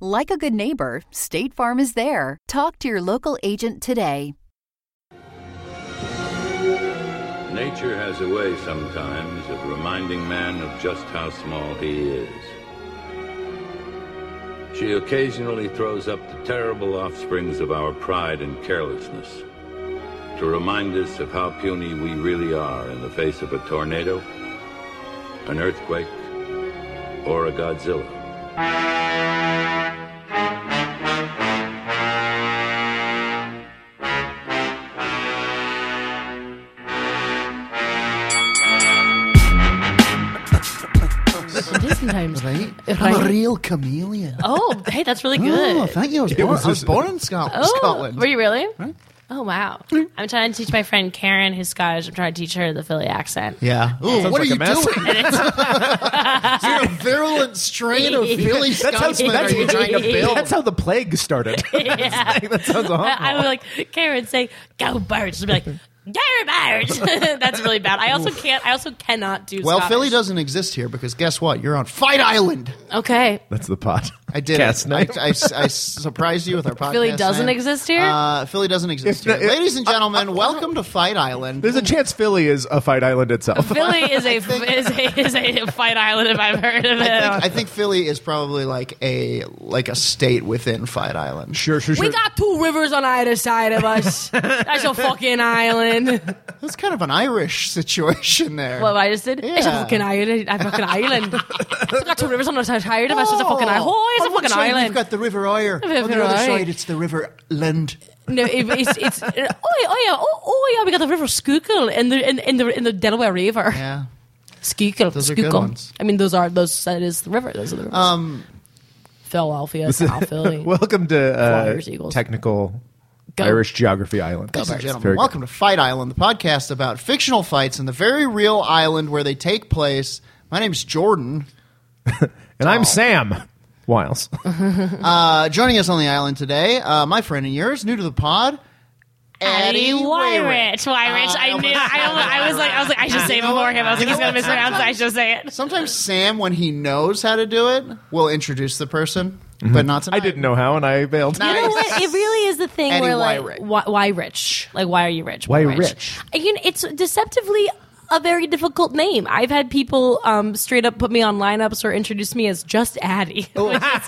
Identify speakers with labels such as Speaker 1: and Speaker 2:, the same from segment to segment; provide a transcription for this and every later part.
Speaker 1: Like a good neighbor, State Farm is there. Talk to your local agent today.
Speaker 2: Nature has a way sometimes of reminding man of just how small he is. She occasionally throws up the terrible offsprings of our pride and carelessness to remind us of how puny we really are in the face of a tornado, an earthquake, or a Godzilla.
Speaker 3: Sometimes.
Speaker 4: Right.
Speaker 3: Right.
Speaker 4: I'm a real chameleon.
Speaker 3: Oh, hey, that's really good.
Speaker 4: Oh, thank you. I was, born, I was born in Scot-
Speaker 3: Oh,
Speaker 4: Scotland. Hmm.
Speaker 3: Were you really? Oh wow! I'm trying to teach my friend Karen, who's Scottish. I'm trying to teach her the Philly accent.
Speaker 4: Yeah. Ooh, what
Speaker 5: Sounds like
Speaker 4: are
Speaker 5: a
Speaker 4: you
Speaker 5: mess.
Speaker 4: doing? You're a virulent strain of Philly Scotsman are you trying to build?
Speaker 5: That's how the plague started.
Speaker 3: Yeah.
Speaker 5: that sounds awful.
Speaker 3: I, I would like Karen say "Go birds," She'd be like "Go birds." that's really bad. I also can't. I also cannot do.
Speaker 4: well,
Speaker 3: Scottish.
Speaker 4: Philly doesn't exist here because guess what? You're on Fight Island.
Speaker 3: Okay,
Speaker 5: That's the pot.
Speaker 4: I did.
Speaker 5: Cast
Speaker 4: it. I,
Speaker 5: knife.
Speaker 4: I, I surprised you with our podcast.
Speaker 3: Philly doesn't
Speaker 4: name.
Speaker 3: exist here.
Speaker 4: Uh, Philly doesn't exist
Speaker 5: It's not-
Speaker 4: here.
Speaker 5: it-
Speaker 4: Ladies and gentlemen, welcome to Fight Island.
Speaker 5: There's a chance Philly is a fight island itself.
Speaker 3: Philly is a, is a is a fight island if I've heard of it.
Speaker 4: I think, I think Philly is probably like a like a state within Fight Island.
Speaker 5: sure, sure, sure.
Speaker 3: we got two rivers on either side of us. That's a fucking island.
Speaker 4: That's kind of an Irish situation there.
Speaker 3: What I just did? It's a
Speaker 4: Yeah.
Speaker 3: fucking island. A fucking island. we got two rivers on the side side of us. It's a fucking island.
Speaker 4: Oh,
Speaker 3: Oh, it's
Speaker 4: on
Speaker 3: a
Speaker 4: one
Speaker 3: fucking
Speaker 4: side
Speaker 3: island.
Speaker 4: We've got the River Ire.
Speaker 3: River
Speaker 4: on the other
Speaker 3: Ire.
Speaker 4: side, it's the River Lind.
Speaker 3: no, it, it's it's. Oh yeah, oh yeah, oh, oh yeah. We got the river Schuylkill in the in, in the in the Delaware River.
Speaker 4: Yeah.
Speaker 3: Schuylkill.
Speaker 4: Those are good
Speaker 3: Schuylkill.
Speaker 4: ones.
Speaker 3: I mean, those are those. That is the river. Those are the rivers.
Speaker 4: Um,
Speaker 3: Philadelphia, South Philly.
Speaker 5: Welcome to
Speaker 3: Flyers,
Speaker 5: uh,
Speaker 3: Eagles.
Speaker 5: technical
Speaker 3: Go.
Speaker 5: Irish geography island.
Speaker 4: ladies and
Speaker 5: Very
Speaker 4: gentlemen,
Speaker 5: good.
Speaker 4: welcome to Fight Island, the podcast about fictional fights in the very real island where they take place. My name's Jordan.
Speaker 5: And I'm Sam Wiles.
Speaker 4: Uh, joining us on the island today, uh, my friend and yours, new to the pod,
Speaker 3: Addie
Speaker 4: Addie Weirich.
Speaker 3: Wyrich. Wyrich. I knew. I, almost, I was like, I was like, I should say it before him. I was like, he's gonna mispronounce it. I should say it.
Speaker 4: Sometimes Sam, when he knows how to do it, will introduce the person, but not tonight.
Speaker 5: Mm-hmm. I didn't know how, and I bailed.
Speaker 4: Nice.
Speaker 3: You know what? It really is the thing
Speaker 4: Eddie
Speaker 3: where like
Speaker 4: Weirich.
Speaker 3: why, why rich? Like why are you rich?
Speaker 5: Why rich?
Speaker 3: Again, it's deceptively a very difficult name. I've had people um, straight up put me on lineups or introduce me as just Addie, which is,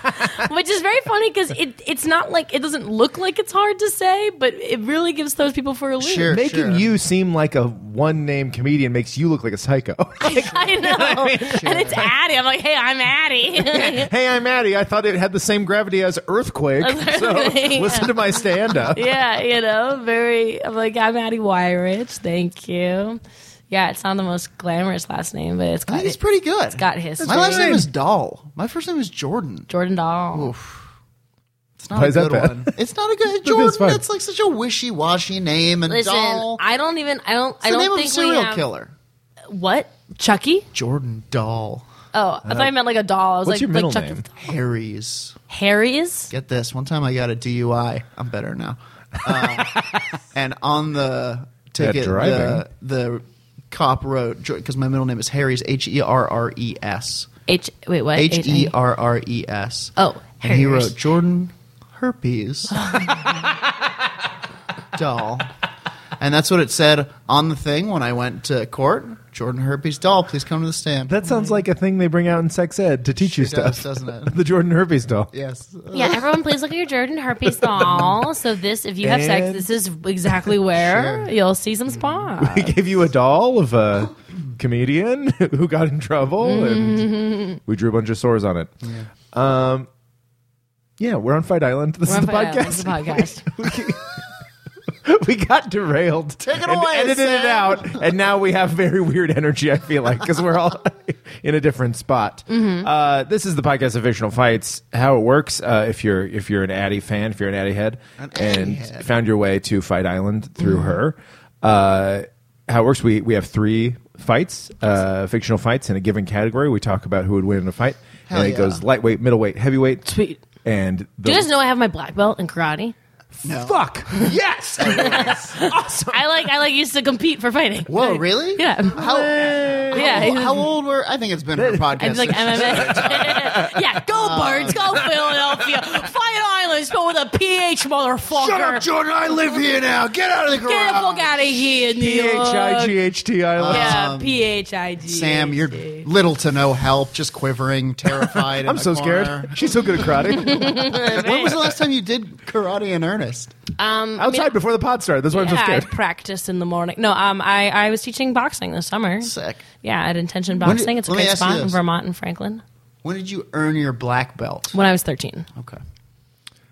Speaker 3: which is very funny because it it's not like it doesn't look like it's hard to say, but it really gives those people for a loop.
Speaker 4: Sure,
Speaker 5: Making
Speaker 4: sure.
Speaker 5: you seem like a one name comedian makes you look like a psycho.
Speaker 3: I know, and it's Addie. I'm like, hey, I'm Addie.
Speaker 5: hey, I'm Maddie. I thought it had the same gravity as Earthquake. So
Speaker 3: Yeah.
Speaker 5: listen to my stand up.
Speaker 3: yeah, you know, very. I'm like, I'm Addie Wyrich. Thank you. Yeah, it's not the most glamorous last name, but it's
Speaker 4: I
Speaker 3: got
Speaker 4: think it's pretty good.
Speaker 3: It's got his.
Speaker 4: My last name is Doll. My first name is Jordan.
Speaker 3: Jordan Dahl.
Speaker 4: It's not
Speaker 5: Why
Speaker 4: a
Speaker 5: is that
Speaker 4: good
Speaker 5: bad?
Speaker 4: one. It's not a good
Speaker 5: feels
Speaker 4: Jordan.
Speaker 5: fine.
Speaker 4: That's like such a wishy-washy name and
Speaker 3: Listen,
Speaker 4: doll.
Speaker 3: I don't even. I don't. I
Speaker 4: It's the
Speaker 3: don't
Speaker 4: name of
Speaker 3: think
Speaker 4: a serial
Speaker 3: we have,
Speaker 4: killer.
Speaker 3: What Chucky?
Speaker 4: Jordan Doll.
Speaker 3: Oh, I thought I meant like a doll. I was
Speaker 5: What's
Speaker 3: like,
Speaker 5: your middle
Speaker 3: like Chucky.
Speaker 5: name?
Speaker 4: Harry's.
Speaker 3: Harry's.
Speaker 4: Get this. One time I got a DUI. I'm better now. Uh, and on the ticket, the,
Speaker 5: driving.
Speaker 4: the cop wrote because my middle name is Harry's. H e r r e s.
Speaker 3: H. Wait, what?
Speaker 4: H e
Speaker 3: H-
Speaker 4: r r e s.
Speaker 3: Oh,
Speaker 4: and he
Speaker 3: Harry's.
Speaker 4: wrote Jordan herpes doll, and that's what it said on the thing when I went to court. Jordan herpes doll, please come to the stand.
Speaker 5: That sounds like a thing they bring out in sex ed to teach you
Speaker 4: Sure does,
Speaker 5: stuff,
Speaker 4: doesn't it?
Speaker 5: the Jordan Herpes doll.
Speaker 4: yes,
Speaker 3: Yeah, everyone, please look at your Jordan herpes doll. So this, if you have sex,
Speaker 5: And-
Speaker 3: this is exactly where
Speaker 4: Sure.
Speaker 3: you'll see some spots.
Speaker 5: We gave you a doll of a comedian who got in trouble, and
Speaker 3: Mm-hmm.
Speaker 5: we drew a bunch of sores on it. Yeah, um, yeah we're on Fight Island. This
Speaker 3: We're
Speaker 5: is
Speaker 3: on
Speaker 5: the
Speaker 3: Fight Island. This is
Speaker 5: podcast.
Speaker 3: the podcast.
Speaker 5: we got derailed.
Speaker 4: Take it
Speaker 5: and
Speaker 4: away,
Speaker 5: Edited it
Speaker 4: Sam.
Speaker 5: out, and now we have very weird energy. I feel like because we're all in a different spot.
Speaker 4: Mm-hmm.
Speaker 5: Uh, this is the podcast of fictional fights. How it works? Uh, if you're if you're an Addie fan, if you're an Addie head, and found your way to Fight Island through
Speaker 4: Mm-hmm.
Speaker 5: her, uh, how it works? We we have three fights, uh, fictional fights in a given category. We talk about who would win in a fight,
Speaker 4: Hell
Speaker 5: and it
Speaker 4: yeah.
Speaker 5: goes lightweight, middleweight, heavyweight.
Speaker 3: Sweet.
Speaker 5: And the
Speaker 3: Do you guys know I have my black belt in karate?
Speaker 5: fuck yes, awesome.
Speaker 3: I like I like used to compete for fighting.
Speaker 4: Whoa,
Speaker 3: Like,
Speaker 4: really?
Speaker 3: Yeah.
Speaker 4: How,
Speaker 3: Yeah.
Speaker 4: how, how old were? I think it's been her podcast.
Speaker 3: I'd be like
Speaker 4: since-
Speaker 3: MMA. yeah, go
Speaker 4: Oh.
Speaker 3: Birds, go Philadelphia. Fight Island, spelled with a PH, motherfucker.
Speaker 4: Shut up, Jordan! I live here now. Get out of the garage.
Speaker 3: Get the fuck out of here, New
Speaker 5: P H I
Speaker 3: York.
Speaker 5: G H T Island.
Speaker 3: Yeah, P H I G.
Speaker 4: Um, Sam, you're little to no help, just quivering, terrified. in
Speaker 5: I'm
Speaker 4: the
Speaker 5: so
Speaker 4: corner.
Speaker 5: scared. She's so good at karate.
Speaker 4: When was the last time you did karate in earnest?
Speaker 3: Um, I mean,
Speaker 5: Outside before the pod started. That's why I'm so
Speaker 3: yeah, I
Speaker 5: scared.
Speaker 3: practiced in the morning. No, um, I, I was teaching boxing this summer.
Speaker 4: Sick.
Speaker 3: Yeah, at Intention
Speaker 4: When did-
Speaker 3: Boxing. it's a
Speaker 4: let me
Speaker 3: great
Speaker 4: ask you
Speaker 3: spot in
Speaker 4: this.
Speaker 3: Vermont and Franklin.
Speaker 4: When did you earn your black belt?
Speaker 3: When I was 13.
Speaker 4: Okay.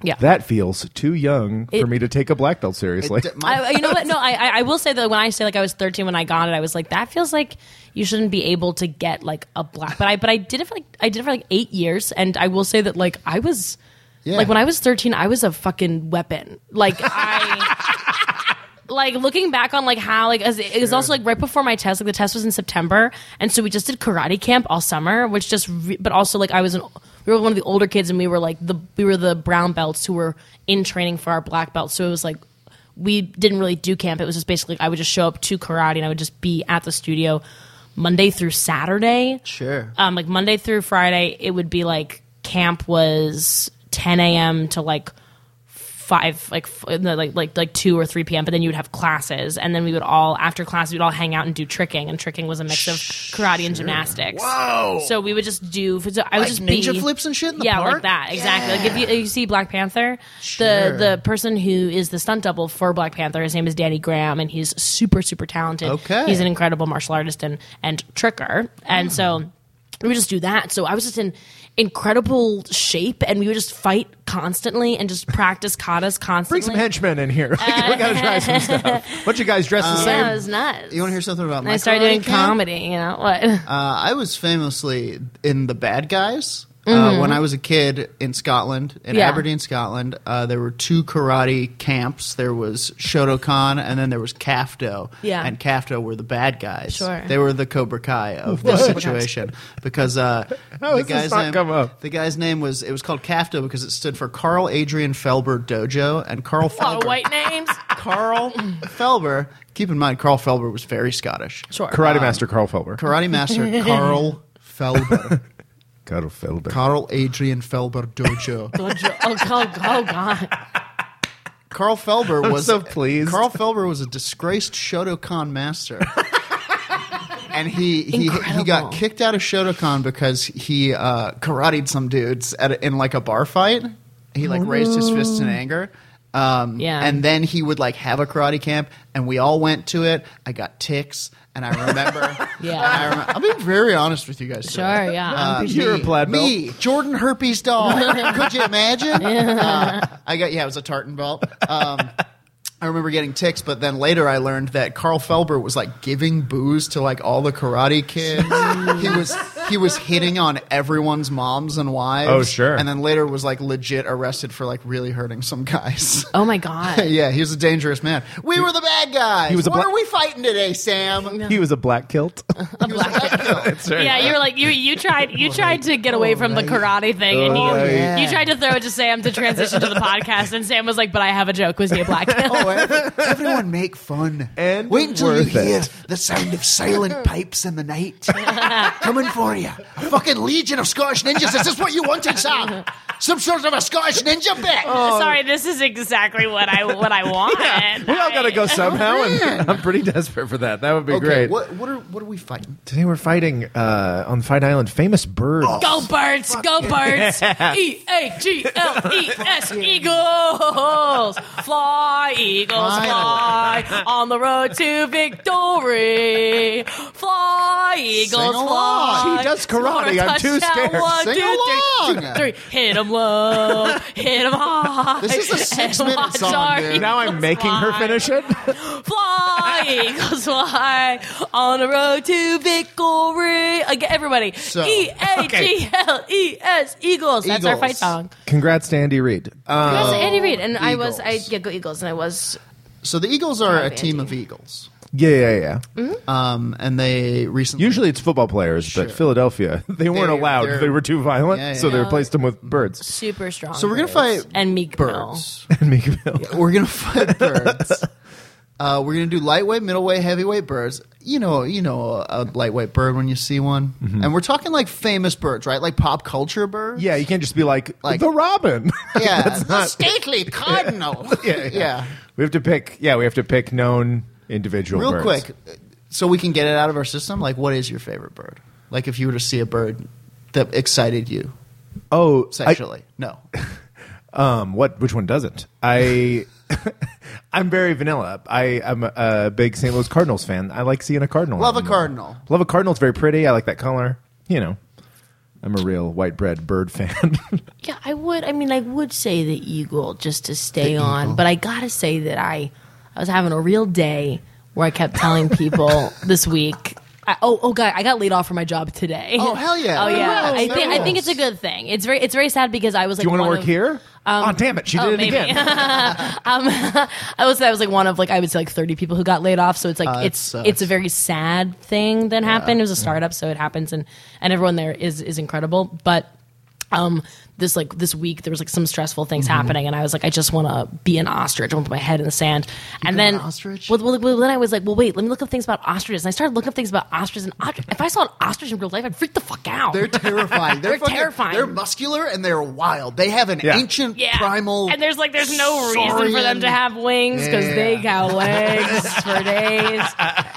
Speaker 3: Yeah.
Speaker 5: That feels too young for
Speaker 3: It-
Speaker 5: me to take a black belt seriously.
Speaker 4: It- my-
Speaker 3: I, you know what? No, I, I I will say that when I say like I was 13 when I got it, I was like that feels like you shouldn't be able to get like a black. But I but I did it for like I did it for like eight years, and I will say that like I was
Speaker 4: Yeah.
Speaker 3: like when I was 13, I was a fucking weapon. Like I. Like looking back on like how like as it was also like right before my test like the test was in September and so we just did karate camp all summer which just re- but also like I was an we were one of the older kids and we were like the we were the brown belts who were in training for our black belts so it was like we didn't really do camp. It was just basically I would just show up to karate and I would just be at the studio Monday through Saturday.
Speaker 4: Sure.
Speaker 3: Um, like Monday through Friday, it would be like camp was 10 a.m. to like five, like f- no, like like like two or three p.m. But then you would have classes, and then we would all after class we'd all hang out and do tricking, and tricking was a mix of karate and gymnastics. Whoa! So we would just do. So I would
Speaker 4: Like
Speaker 3: just
Speaker 4: ninja
Speaker 3: be,
Speaker 4: flips and shit in the
Speaker 3: yeah,
Speaker 4: park?
Speaker 3: like that exactly. Like if you, if you see Black Panther,
Speaker 4: Sure.
Speaker 3: the the person who is the stunt double for Black Panther, his name is Danny Graham, and he's super super talented.
Speaker 4: Okay.
Speaker 3: he's an incredible martial artist and and tricker, and so we would just do that. So I was just in incredible shape, and we would just fight constantly and just practice katas constantly.
Speaker 5: Bring some henchmen in here. Like, we gotta try
Speaker 3: Uh,
Speaker 5: some stuff. Bunch of guys dressed the
Speaker 4: Uh,
Speaker 3: Yeah,
Speaker 5: same.
Speaker 3: it was nuts.
Speaker 4: you want to hear something about?
Speaker 3: And
Speaker 4: My
Speaker 3: I started
Speaker 4: karate
Speaker 3: doing
Speaker 4: camp?
Speaker 3: comedy. You know what?
Speaker 4: Uh, I was famously in the bad guys. Uh, when I was a kid in Scotland, in
Speaker 3: Mm-hmm. Yeah.
Speaker 4: Aberdeen, Scotland, uh, there were two karate camps. There was Shotokan, and then there was Kafto.
Speaker 3: Yeah.
Speaker 4: And Kafto were the bad guys.
Speaker 3: Sure.
Speaker 4: They were the Cobra Kai of this situation because uh,
Speaker 5: How
Speaker 4: the
Speaker 5: has this
Speaker 4: guy's
Speaker 5: not
Speaker 4: name
Speaker 5: come up?
Speaker 4: the guy's name was it was called Kafto because it stood for Carl Adrian Felber Dojo, and
Speaker 3: a
Speaker 4: Carl
Speaker 3: lot
Speaker 4: Felber
Speaker 3: of white names.
Speaker 4: Carl Felber. Keep in mind, Carl Felber was very Scottish.
Speaker 3: Sure.
Speaker 5: Karate Master Carl Felber.
Speaker 4: Karate master Carl Felber.
Speaker 5: Carl oh, Felber.
Speaker 4: Carl Adrian Felber Dojo.
Speaker 3: Oh, jo- oh, God, oh God!
Speaker 4: Carl Felber was
Speaker 5: so pleased.
Speaker 4: Carl Felber was a disgraced Shotokan master. And he, he he
Speaker 3: Incredible.
Speaker 4: got kicked out of Shotokan because he uh, karateed some dudes at a, in like a bar fight. He like raised his fists in anger. Um,
Speaker 3: Yeah.
Speaker 4: And then he would like have a karate camp, and we all went to it. I got ticks, and I remember.
Speaker 3: Yeah.
Speaker 4: and I remember, I'm being very honest with you guys.
Speaker 3: Sure,
Speaker 4: today.
Speaker 3: yeah. Um,
Speaker 4: Uh,
Speaker 5: You're
Speaker 4: me,
Speaker 5: a plaid belt.
Speaker 4: Me, Jordan Herpes doll. Could you imagine? Uh, I got yeah, it was a tartan belt. Um, I remember getting ticks, but then later I learned that Carl Felber was like giving booze to like all the karate kids. he was he was hitting on everyone's moms and wives.
Speaker 5: Oh, sure.
Speaker 4: And then later was like legit arrested for like really hurting some guys.
Speaker 3: oh my God!
Speaker 4: yeah, he was a dangerous man. We were the bad guys.
Speaker 5: He was a
Speaker 4: what
Speaker 5: bla-
Speaker 4: are we fighting today, Sam?
Speaker 5: He was a black kilt.
Speaker 4: He was like,
Speaker 3: Yeah, you were like you you tried you tried to get away from the karate thing and
Speaker 5: Oh,
Speaker 3: you
Speaker 5: yeah.
Speaker 3: you tried to throw it to Sam to transition to the podcast and Sam was like, But I have a joke, was he a black guy?
Speaker 4: Oh, every- everyone make fun.
Speaker 5: And
Speaker 4: wait until
Speaker 5: worth
Speaker 4: you hear
Speaker 5: it.
Speaker 4: the sound of silent pipes in the night. Coming for you. A fucking legion of Scottish ninjas. Is this what you wanted, Sam? Some sort of a Scottish ninja bit.
Speaker 3: Sorry, this is exactly what I what I want.
Speaker 5: Oh. we all gotta go somehow, and I'm pretty desperate for that. That would be great.
Speaker 4: Oh, What, what, are, what are we fighting?
Speaker 5: Today we're fighting uh, on Fight Island famous birds.
Speaker 4: Oh,
Speaker 3: Go birds, go birds. E A G L E S Eagles. Fly eagles fly on the road to victory. Fly
Speaker 4: Sing
Speaker 3: eagles
Speaker 4: along.
Speaker 3: fly.
Speaker 5: She does
Speaker 3: Score
Speaker 5: karate.
Speaker 3: a
Speaker 5: I'm too
Speaker 3: touchdown.
Speaker 5: scared.
Speaker 3: One,
Speaker 4: Sing
Speaker 3: two, three,
Speaker 4: along.
Speaker 3: two, three. Hit 'em low, hit 'em high.
Speaker 4: This is a
Speaker 3: and
Speaker 4: six-minute
Speaker 3: watch
Speaker 4: song,
Speaker 3: our
Speaker 4: dude.
Speaker 5: Now I'm
Speaker 3: eagles
Speaker 5: making her
Speaker 3: fly.
Speaker 5: finish it.
Speaker 3: Fly E equals Y on the road to victory. Again, everybody.
Speaker 4: So-
Speaker 3: E A G L E S Eagles. That's our
Speaker 4: Eagles. Oh,
Speaker 3: fight song.
Speaker 5: Congrats to Andy Reid. Uh,
Speaker 3: That's Andy Reid, and I was I
Speaker 4: Eagles.
Speaker 3: yeah, go Eagles, and I was
Speaker 4: So the Eagles are a
Speaker 3: Andy.
Speaker 4: team of Eagles,
Speaker 5: yeah, yeah, yeah.
Speaker 4: um, and they recently
Speaker 5: Usually it's football players, but Philadelphia, they weren't
Speaker 4: They-
Speaker 5: allowed.
Speaker 4: they're-
Speaker 5: They were too violent,
Speaker 4: Yeah, yeah,
Speaker 5: so they
Speaker 4: yeah. Mm-hmm.
Speaker 5: replaced them with birds.
Speaker 3: super strong.
Speaker 4: So we're gonna
Speaker 3: birds.
Speaker 4: fight
Speaker 3: and Meek Mill.
Speaker 4: birds.
Speaker 5: and Meek Mill.
Speaker 4: We're gonna fight birds. Uh, we're gonna do lightweight, middleweight, heavyweight birds. You know, you know a, a lightweight bird when you see one, and we're talking like famous birds, right? Like pop culture birds.
Speaker 5: Mm-hmm. Yeah, you can't just be like,
Speaker 4: Like-
Speaker 5: the robin.
Speaker 4: yeah, the stately cardinal. yeah, yeah.
Speaker 5: we have to pick. Yeah, we have to pick known individual.
Speaker 4: Real
Speaker 5: birds.
Speaker 4: quick, so we can get it out of our system. Like, what is your favorite bird? Like, if you were to see a bird that excited you
Speaker 5: Oh, I,
Speaker 4: sexually, no.
Speaker 5: um, what? Which one doesn't? I. I'm very vanilla. I, I'm a, a big St. Louis Cardinals fan. I like seeing a cardinal.
Speaker 4: Love a
Speaker 5: I'm-
Speaker 4: cardinal.
Speaker 5: Love a cardinal. It's very pretty. I like that color. You know, I'm a real white bread bird fan.
Speaker 3: Yeah, I would. I mean, I would say the eagle just to stay on, but I gotta say that I, I was having a real day where I kept telling people this week. I, oh, oh, God! I got laid off from my job today.
Speaker 4: Oh, hell yeah.
Speaker 3: Oh yeah!
Speaker 4: That
Speaker 3: I
Speaker 4: rules.
Speaker 3: think
Speaker 4: That
Speaker 3: I think it's
Speaker 4: rules.
Speaker 3: a good thing. It's very it's very sad because I was like,
Speaker 5: Do you want to
Speaker 3: one
Speaker 5: work
Speaker 3: of- Um,
Speaker 5: here? oh damn it! She did it
Speaker 3: maybe.
Speaker 5: again.
Speaker 3: I was I was like one of like I would say like thirty people who got laid off. So it's like
Speaker 4: Oh, that
Speaker 3: it's
Speaker 4: sucks.
Speaker 3: it's a very sad thing that happened. It was a startup, so it happens, and and everyone there is is incredible, but. Um, this like this week there was like some stressful things
Speaker 4: Mm-hmm.
Speaker 3: happening, and I was like, I just want to be an ostrich. I want to put my head in the sand, and then
Speaker 4: an ostrich?
Speaker 3: Well, well, well, then I was like, well, wait, let me look up things about ostriches, and I started looking up things about ostriches. And ostrich, if I saw an ostrich in real life, I'd freak the fuck out.
Speaker 4: They're terrifying. They're,
Speaker 3: They're
Speaker 4: fucking-
Speaker 3: terrifying.
Speaker 4: They're muscular and they're wild. They have an
Speaker 5: Yeah.
Speaker 4: ancient primal.
Speaker 3: And there's like there's no reason for them
Speaker 4: saurian-
Speaker 3: to have wings because they got legs for days.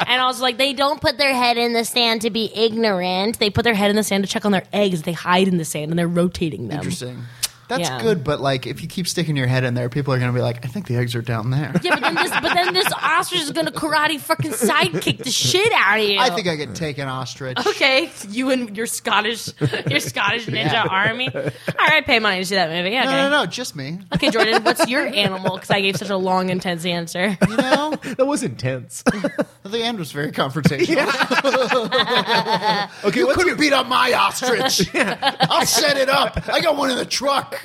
Speaker 3: And also like they don't put their head in the sand to be ignorant. They put their head in the sand to check on their eggs. They hide in the sand and they're rotating them.
Speaker 4: Interesting. That's
Speaker 3: Yeah.
Speaker 4: good, but like if you keep sticking your head in there, people are going to be like, "I think the eggs are down there."
Speaker 3: Yeah, but then this but then this ostrich is gonna karate fucking sidekick the shit out of you.
Speaker 4: I think I could take an ostrich.
Speaker 3: Okay, you and your Scottish, your Scottish ninja army. All right, pay money to see that movie. Okay,
Speaker 4: No, no, no, just me.
Speaker 3: okay, Jordan, what's your animal? Because I gave such a long, intense answer.
Speaker 4: You know,
Speaker 5: That was intense.
Speaker 4: the end was very confrontational.
Speaker 5: Okay,
Speaker 4: You
Speaker 5: what's
Speaker 4: couldn't beat up my ostrich. I'll set it up. I got one in the truck.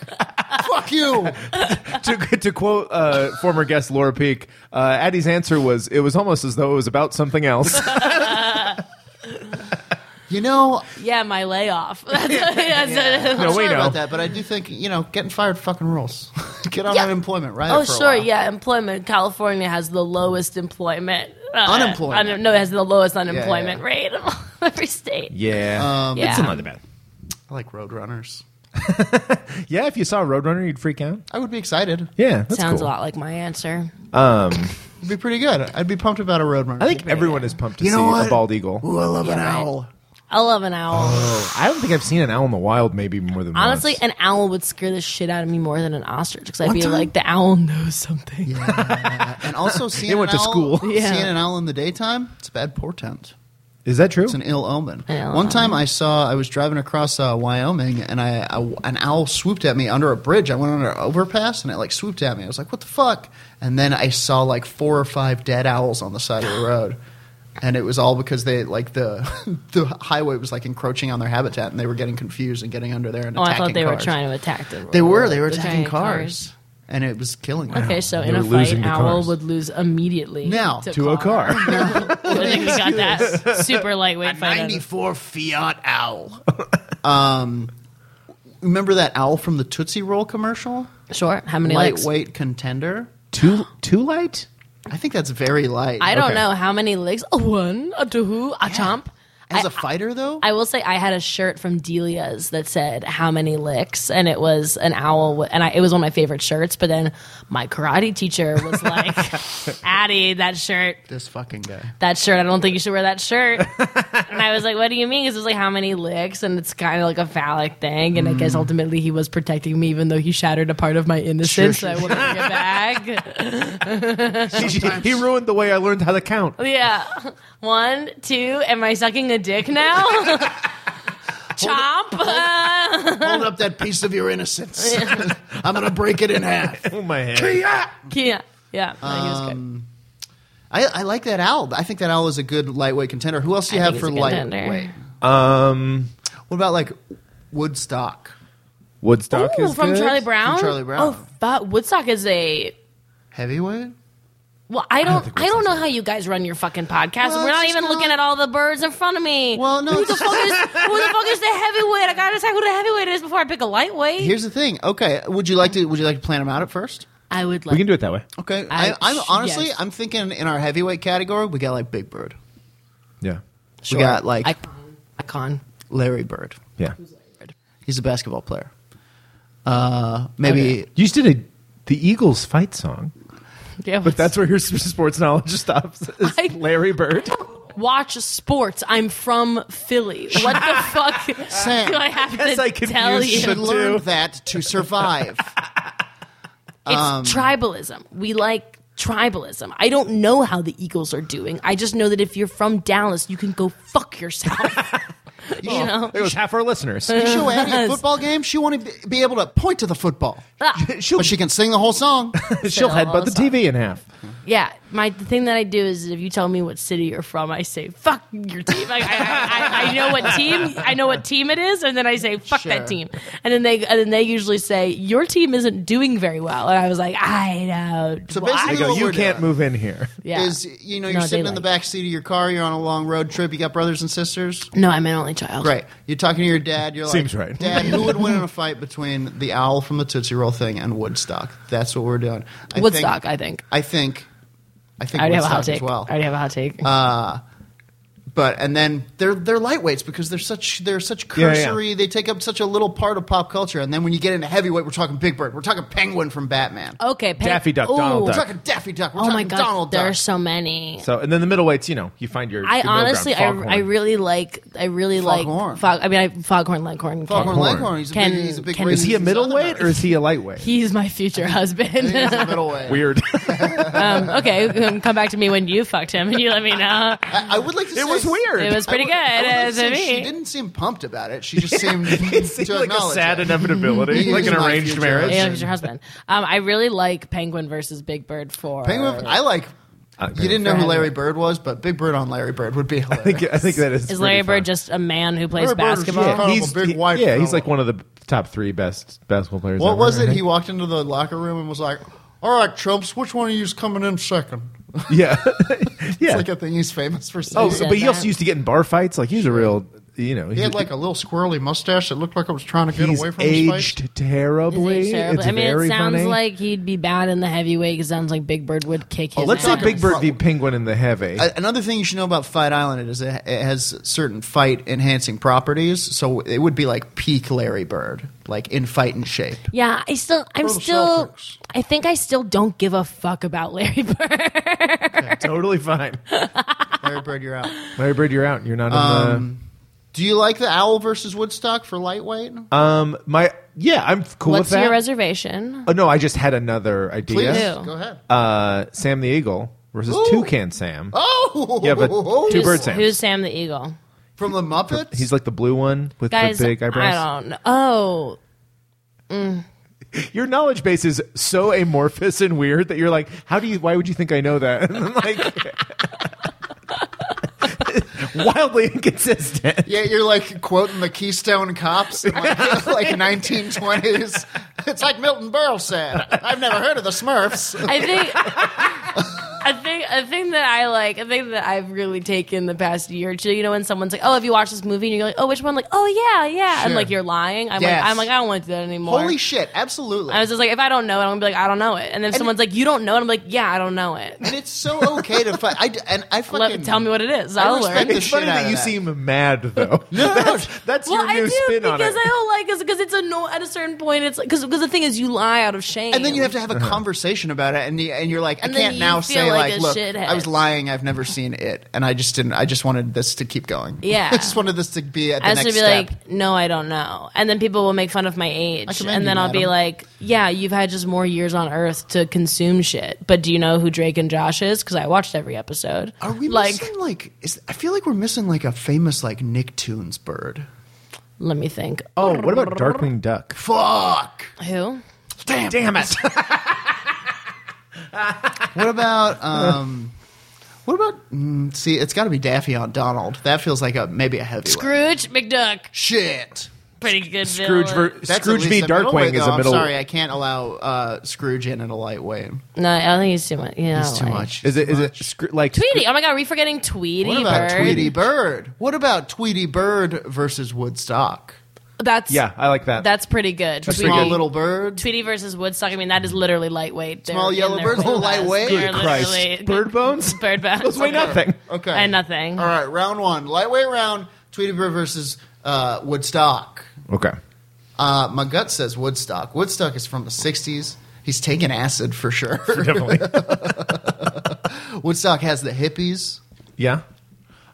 Speaker 4: Fuck you.
Speaker 5: to, to quote uh, former guest Laura Peak, uh, Addie's answer was, "It was almost as though it was about something else."
Speaker 4: You know,
Speaker 3: Yeah, my layoff. That's-
Speaker 5: no, we
Speaker 4: sorry
Speaker 5: know.
Speaker 4: about that, but I do think you know, getting fired fucking rules. Get on
Speaker 3: Yeah.
Speaker 4: unemployment, right?
Speaker 3: Oh,
Speaker 4: for a
Speaker 3: sure.
Speaker 4: while.
Speaker 3: Yeah, employment. California has the lowest employment. Uh,
Speaker 4: Unemployment.
Speaker 3: I don't know. It has the lowest unemployment
Speaker 4: yeah.
Speaker 3: rate of every state.
Speaker 5: Yeah,
Speaker 3: yeah.
Speaker 5: bad.
Speaker 4: I like Roadrunners.
Speaker 5: Yeah, if you saw Roadrunner, you'd freak out.
Speaker 4: I would be excited.
Speaker 5: Yeah, that's
Speaker 3: Sounds a
Speaker 5: cool.
Speaker 3: lot like my answer.
Speaker 4: It'd be pretty good. I'd be pumped about a Roadrunner.
Speaker 5: I think everyone is pumped to
Speaker 4: You
Speaker 5: see
Speaker 4: know
Speaker 5: a
Speaker 4: what?
Speaker 5: bald eagle.
Speaker 4: Ooh, I love an owl.
Speaker 3: I love an owl.
Speaker 5: I don't think I've seen an owl in the wild. Maybe more than
Speaker 3: Honestly,
Speaker 5: once.
Speaker 3: an owl would scare the shit out of me more than an ostrich because I'd
Speaker 4: One
Speaker 3: be
Speaker 4: time-
Speaker 3: like, the owl knows something.
Speaker 4: And also, seeing
Speaker 5: went
Speaker 4: an
Speaker 5: to
Speaker 4: owl-
Speaker 5: school.
Speaker 4: Seeing
Speaker 3: Yeah.
Speaker 4: an owl in the daytime, it's a bad portent.
Speaker 5: is that true?
Speaker 4: It's an ill omen.
Speaker 3: An ill
Speaker 4: One time, I saw I was driving across uh, Wyoming, and I, I an owl swooped at me under a bridge. I went under an overpass, and it like swooped at me. I was like, "What the fuck?" And then I saw like four or five dead owls on the side of the road, and it was all because they like the the highway was like encroaching on their habitat, and they were getting confused and getting under there and
Speaker 3: Oh, I
Speaker 4: attacking
Speaker 3: thought they were
Speaker 4: cars.
Speaker 3: trying to attack the.
Speaker 4: They were. They were
Speaker 3: the
Speaker 4: attacking
Speaker 3: giant
Speaker 4: cars, and it was killing them.
Speaker 3: Okay, so
Speaker 5: They
Speaker 3: in a
Speaker 5: were losing
Speaker 3: fight,
Speaker 5: to
Speaker 3: owl
Speaker 5: cars.
Speaker 3: would lose immediately
Speaker 4: Now,
Speaker 5: to a car.
Speaker 3: I think we got that super lightweight fight. out of it.
Speaker 4: 94 Fiat owl. um, remember that owl from the Tootsie Roll commercial?
Speaker 3: Sure. How many legs?
Speaker 4: Lightweight contender.
Speaker 5: too too light.
Speaker 4: I think that's very light.
Speaker 3: I don't
Speaker 5: Okay.
Speaker 3: know how many legs. A one, a two, a chomp.
Speaker 4: As a fighter, though,
Speaker 3: I will say I had a shirt from Delia's that said "How many licks?" and it was an owl, wi- and I, it was one of my favorite shirts. But then my karate teacher was like, "Addie, that shirt,
Speaker 4: this fucking guy.
Speaker 3: that shirt. I don't think you should wear that shirt." and I was like, "What do you mean?" Because it was like, "How many licks?" and it's kind of like a phallic thing. And I
Speaker 4: Mm.
Speaker 3: guess ultimately he was protecting me, even though he shattered a part of my innocence.
Speaker 4: sure,
Speaker 3: I wouldn't get back.
Speaker 5: He, he ruined the way I learned how to count.
Speaker 3: Yeah. One, two, am I sucking a dick now? Chomp. Uh,
Speaker 4: Hold up that piece of your innocence. I'm going to break it in half. Um,
Speaker 5: Oh my head.
Speaker 3: yeah. Yeah. No, he was good.
Speaker 4: I, I like that owl. I think that owl is a good lightweight contender. Who else do you
Speaker 3: I
Speaker 4: have
Speaker 3: think
Speaker 4: for
Speaker 3: he's a contender.
Speaker 4: lightweight?
Speaker 5: Um,
Speaker 4: What about like Woodstock?
Speaker 5: Woodstock
Speaker 3: Ooh,
Speaker 5: is
Speaker 3: from
Speaker 5: good.
Speaker 3: Charlie Brown.
Speaker 4: From Charlie Brown.
Speaker 3: Oh, but Woodstock is a.
Speaker 4: Heavyweight?
Speaker 3: Well, I don't. I don't know how you guys run your fucking podcast.
Speaker 4: Well,
Speaker 3: We're
Speaker 4: it's
Speaker 3: not
Speaker 4: just
Speaker 3: even
Speaker 4: kinda
Speaker 3: looking
Speaker 4: like-
Speaker 3: at all the birds in front of me.
Speaker 4: Well, no,
Speaker 3: Who
Speaker 4: it's
Speaker 3: the
Speaker 4: just-
Speaker 3: fuck is who the fuck is the heavyweight? I gotta decide who the heavyweight is before I pick a lightweight.
Speaker 4: Here's the thing. Okay, would you like to would you like to plan them out at first?
Speaker 3: I would like.
Speaker 5: We can do it that way.
Speaker 4: Okay,
Speaker 3: I-
Speaker 4: I, I'm
Speaker 3: sh-
Speaker 4: honestly
Speaker 3: yes.
Speaker 4: I'm thinking in our heavyweight category we got like Big Bird,
Speaker 5: Yeah.
Speaker 3: Sure.
Speaker 4: we got like
Speaker 3: Icon. Icon.
Speaker 4: Larry Bird.
Speaker 5: Yeah.
Speaker 4: He's a basketball player. Uh, maybe
Speaker 5: You just did a the Eagles fight song,
Speaker 3: Yeah,
Speaker 5: but that's where your s- sports knowledge stops. is
Speaker 3: I-
Speaker 5: Larry Bird.
Speaker 3: watch sports. I'm from Philly. What the fuck
Speaker 4: Sam,
Speaker 3: do I have
Speaker 5: guess
Speaker 3: to
Speaker 5: I confused
Speaker 3: tell you?
Speaker 5: you.
Speaker 4: should
Speaker 5: do.
Speaker 4: learn that to survive.
Speaker 3: It's
Speaker 4: um,
Speaker 3: tribalism. We like tribalism. I don't know how the Eagles are doing. I just know that if you're from Dallas, you can go fuck yourself. you know?
Speaker 5: It was half our listeners.
Speaker 4: She'll at a football game. She won't be- be able to point to the football,
Speaker 3: Ah,
Speaker 4: but she can sing the whole song.
Speaker 5: She'll headbutt the TV in half.
Speaker 3: yeah, my the thing that I do is if you tell me what city you're from, I say fuck your team. Like, I, I, I, I know what team I know what team it is, and then I say fuck
Speaker 4: Sure.
Speaker 3: that team, and then they and then they usually say your team isn't doing very well, and I was like I know.
Speaker 4: So
Speaker 3: why."
Speaker 4: basically
Speaker 5: I go,
Speaker 4: what
Speaker 5: you
Speaker 4: we're
Speaker 5: can't
Speaker 4: doing
Speaker 5: move in here.
Speaker 3: yeah.
Speaker 4: Is you know
Speaker 3: No,
Speaker 4: you're
Speaker 3: they
Speaker 4: sitting in the
Speaker 3: like
Speaker 4: back seat of your car. You're on a long road trip. You got brothers and sisters.
Speaker 3: No, I'm an only child.
Speaker 4: Right. You're talking to your dad. You're like,
Speaker 5: Seems right.
Speaker 4: Dad, who would win in a fight between the owl from the Tootsie Roll thing and Woodstock? That's what we're doing. I
Speaker 3: Woodstock,
Speaker 4: Think,
Speaker 3: I think.
Speaker 4: I think. I think
Speaker 3: I already have a
Speaker 4: Woodstock
Speaker 3: hot
Speaker 4: as
Speaker 3: take.
Speaker 4: well. Uh,
Speaker 3: I already have a hot take.
Speaker 4: But and then they're they're lightweights because they're such they're such
Speaker 5: Yeah, yeah.
Speaker 4: cursory. They take up such a little part of pop culture. And then when you get into heavyweight, we're talking Big Bird. We're talking Penguin from Batman.
Speaker 3: okay, Pam-
Speaker 5: Daffy Duck, Donald
Speaker 3: Ooh.
Speaker 4: We're
Speaker 5: Duck.
Speaker 4: talking Daffy Duck. We're
Speaker 3: Oh
Speaker 4: talking
Speaker 3: my god,
Speaker 4: Donald
Speaker 3: there are
Speaker 4: Duck.
Speaker 3: so many.
Speaker 5: So, and then the middleweights, you know, you find your.
Speaker 3: I
Speaker 5: your middle ground,
Speaker 3: honestly, I,
Speaker 5: Foghorn.
Speaker 3: I really like, I really
Speaker 4: Foghorn.
Speaker 3: like. Fog, I mean, I, Foghorn Leghorn.
Speaker 4: Foghorn
Speaker 5: Foghorn.
Speaker 4: Leghorn. He's a
Speaker 3: Can-
Speaker 4: big, he's a big
Speaker 3: can-
Speaker 4: racist
Speaker 5: is he a
Speaker 4: Southern
Speaker 5: middleweight or is he a lightweight?
Speaker 3: He's my future husband.
Speaker 4: He's a middleweight.
Speaker 5: Weird.
Speaker 3: um, okay, um, come back to me when you fucked him, and you let me know.
Speaker 4: I, I would like to.
Speaker 5: it
Speaker 4: say-
Speaker 5: was weird.
Speaker 3: It was pretty good.
Speaker 4: I
Speaker 3: uh,
Speaker 4: would
Speaker 3: to
Speaker 4: say She
Speaker 3: me.
Speaker 4: didn't seem pumped about it. She just seemed,
Speaker 5: It seemed
Speaker 4: to
Speaker 5: like a
Speaker 4: acknowledge
Speaker 5: sad
Speaker 4: it.
Speaker 5: inevitability,
Speaker 4: He
Speaker 5: like an
Speaker 4: is my
Speaker 5: arranged
Speaker 4: future
Speaker 5: marriage.
Speaker 3: Yeah, future husband. Um, I really like Penguin versus Big Bird for
Speaker 4: Penguin. I like. you didn't know who
Speaker 3: Forever.
Speaker 4: Larry Bird was, but Big Bird on Larry Bird would be
Speaker 5: I
Speaker 4: hilarious.
Speaker 5: think, I think that is.
Speaker 3: Is Larry Bird
Speaker 5: pretty fun.
Speaker 3: just a man who plays
Speaker 4: Larry Bird is
Speaker 3: basketball?
Speaker 4: just-
Speaker 5: Yeah, he's,
Speaker 4: Big
Speaker 5: he-
Speaker 4: white
Speaker 5: yeah, he's
Speaker 4: fella.
Speaker 5: like one of the top three best basketball players.
Speaker 4: what
Speaker 5: ever,
Speaker 4: was
Speaker 5: I
Speaker 4: it? He
Speaker 5: think.
Speaker 4: walked into the locker room and was like, "All right, Trumps, which one of you's coming in second?
Speaker 5: Yeah, yeah.
Speaker 4: It's like a thing he's famous for saying.
Speaker 5: oh,
Speaker 3: said
Speaker 5: but he also
Speaker 3: that.
Speaker 5: used to get in bar fights. Like he's a real, you know,
Speaker 4: he had like a little squirrely mustache that looked like I was trying to get
Speaker 5: he's
Speaker 4: away from his face.
Speaker 5: aged terribly.
Speaker 3: Is he terrible?
Speaker 5: It's
Speaker 3: I mean,
Speaker 5: very
Speaker 3: it sounds
Speaker 5: funny.
Speaker 3: like he'd be bad in the heavyweight. 'cause It sounds like Big Bird would kick his.
Speaker 5: Oh, Let's say
Speaker 3: ass.
Speaker 5: Big Bird v Penguin in the heavy.
Speaker 4: A- Another thing you should know about Fight Island is it it has certain fight enhancing properties, so it would be like peak Larry Bird, like in fight and shape.
Speaker 3: Yeah, I still, I'm
Speaker 4: Throw the
Speaker 3: still,
Speaker 4: Celtics.
Speaker 3: I think I still don't give a fuck about Larry Bird.
Speaker 5: totally fine.
Speaker 4: Larry Bird, you're out.
Speaker 5: Larry Bird, you're out. You're not in the.
Speaker 4: Um, Do you like the Owl versus Woodstock for lightweight?
Speaker 5: Um, my yeah, I'm f- cool
Speaker 3: What's
Speaker 5: with that.
Speaker 3: your reservation?
Speaker 5: oh no, I just had another idea.
Speaker 4: Please
Speaker 3: Ew.
Speaker 4: go ahead.
Speaker 5: Uh, Sam the Eagle versus
Speaker 4: Ooh.
Speaker 5: Toucan Sam.
Speaker 4: oh,
Speaker 5: Yeah, but two
Speaker 3: Who's-
Speaker 5: bird Sams.
Speaker 3: Who's Sam the Eagle?
Speaker 4: from the Muppets.
Speaker 5: He's like the blue one with
Speaker 3: Guys,
Speaker 5: the big eyebrows.
Speaker 3: I don't know. Oh,
Speaker 5: Your knowledge base is so amorphous and weird that you're like, how do you? Why would you think I know that? And I'm like, wildly inconsistent.
Speaker 4: yeah, you're like quoting the Keystone Cops in like, like 1920s. It's like Milton Berle said. I've never heard of the Smurfs.
Speaker 3: I think. I think a thing that I like, a thing that I've really taken the past year or two, you know, when someone's like, "Oh, have you watched this movie?" and you're like, "Oh, which one?" Like, "Oh, yeah, yeah," and
Speaker 4: Sure.
Speaker 3: like you're lying. I'm
Speaker 4: Yes.
Speaker 3: like, I'm like, I don't want to do that anymore.
Speaker 4: Holy shit! Absolutely.
Speaker 3: I was just like, if I don't know it, I'm gonna be like, I don't know it. And if someone's like, you don't know it, I'm like, yeah, I don't know it.
Speaker 4: and it's so okay to fight. I d- and I fucking
Speaker 3: Let, tell me what it is. I'll
Speaker 4: respect
Speaker 3: learn.
Speaker 4: the
Speaker 5: It's funny
Speaker 4: shit out
Speaker 5: that
Speaker 4: of
Speaker 5: you
Speaker 4: that.
Speaker 5: seem mad though.
Speaker 4: No,
Speaker 5: that's, that's
Speaker 3: Well,
Speaker 5: your
Speaker 3: I
Speaker 5: new
Speaker 3: do
Speaker 5: spin on
Speaker 3: because
Speaker 5: it.
Speaker 3: I don't like it because it's anno- at a certain point. It's because because the thing is, you lie out of shame,
Speaker 4: And then you have to have a conversation about it, and you, and you're like, I
Speaker 3: And then
Speaker 4: can't
Speaker 3: you
Speaker 4: now
Speaker 3: feel like
Speaker 4: say like,
Speaker 3: a
Speaker 4: look,
Speaker 3: shithead.
Speaker 4: I was lying. I've never seen it, and I just didn't. I just wanted this to keep going.
Speaker 3: Yeah.
Speaker 4: I just wanted this to be at the
Speaker 3: I have
Speaker 4: next
Speaker 3: to be
Speaker 4: step.
Speaker 3: like, no, I don't know. And then people will make fun of my age,
Speaker 4: commend
Speaker 3: and then
Speaker 4: you,
Speaker 3: I'll be
Speaker 4: madam.
Speaker 3: like, yeah, you've had just more years on Earth to consume shit. But do you know who Drake and Josh is? Because I watched every episode.
Speaker 4: Are we
Speaker 3: like?
Speaker 4: missing like? Is, I feel like we're missing like a famous like Nicktoons bird.
Speaker 3: Let me think.
Speaker 5: Oh, what about Darkwing Duck?
Speaker 4: Fuck.
Speaker 3: Who?
Speaker 5: Damn it!
Speaker 4: What about um? What about? Mm, see, it's got to be Daffy on Donald. That feels like a maybe a heavyweight.
Speaker 3: Scrooge McDuck,
Speaker 4: Shit.
Speaker 3: pretty good.
Speaker 5: Scrooge,
Speaker 3: villain.
Speaker 5: ver-
Speaker 4: That's
Speaker 5: Scrooge
Speaker 4: at
Speaker 5: v.
Speaker 4: least a middleweight,
Speaker 5: Darkwing is
Speaker 4: though.
Speaker 5: a middle.
Speaker 4: I'm sorry, I can't allow uh, Scrooge in at a lightweight.
Speaker 3: no, I don't think it's too much. Yeah,
Speaker 4: It's too much.
Speaker 5: Is it is it scr- like
Speaker 3: Tweety. Oh my god, are we forgetting Tweety
Speaker 4: What about
Speaker 3: Bird?
Speaker 4: Tweety Bird? What about Tweety Bird versus Woodstock?
Speaker 3: That's
Speaker 5: Yeah, I like that.
Speaker 3: That's pretty good.
Speaker 5: That's
Speaker 3: Tweety,
Speaker 5: pretty
Speaker 4: Small little bird.
Speaker 3: Tweety versus Woodstock. I mean, that is literally lightweight. They're
Speaker 4: Small
Speaker 3: in
Speaker 4: yellow
Speaker 3: their
Speaker 4: birds, little
Speaker 3: wheelhouse.
Speaker 4: lightweight?
Speaker 3: They're
Speaker 4: Good
Speaker 5: Christ,
Speaker 3: literally-
Speaker 5: bird bones.
Speaker 3: Bird bones.
Speaker 5: Those weigh nothing.
Speaker 4: Okay.
Speaker 3: And nothing.
Speaker 4: All right, round one, lightweight round. Tweety Bird versus uh, Woodstock.
Speaker 5: Okay.
Speaker 4: Uh, my gut says Woodstock. Woodstock is from the '60s. He's taking acid for sure.
Speaker 5: Definitely.
Speaker 4: Woodstock has the hippies.
Speaker 5: yeah.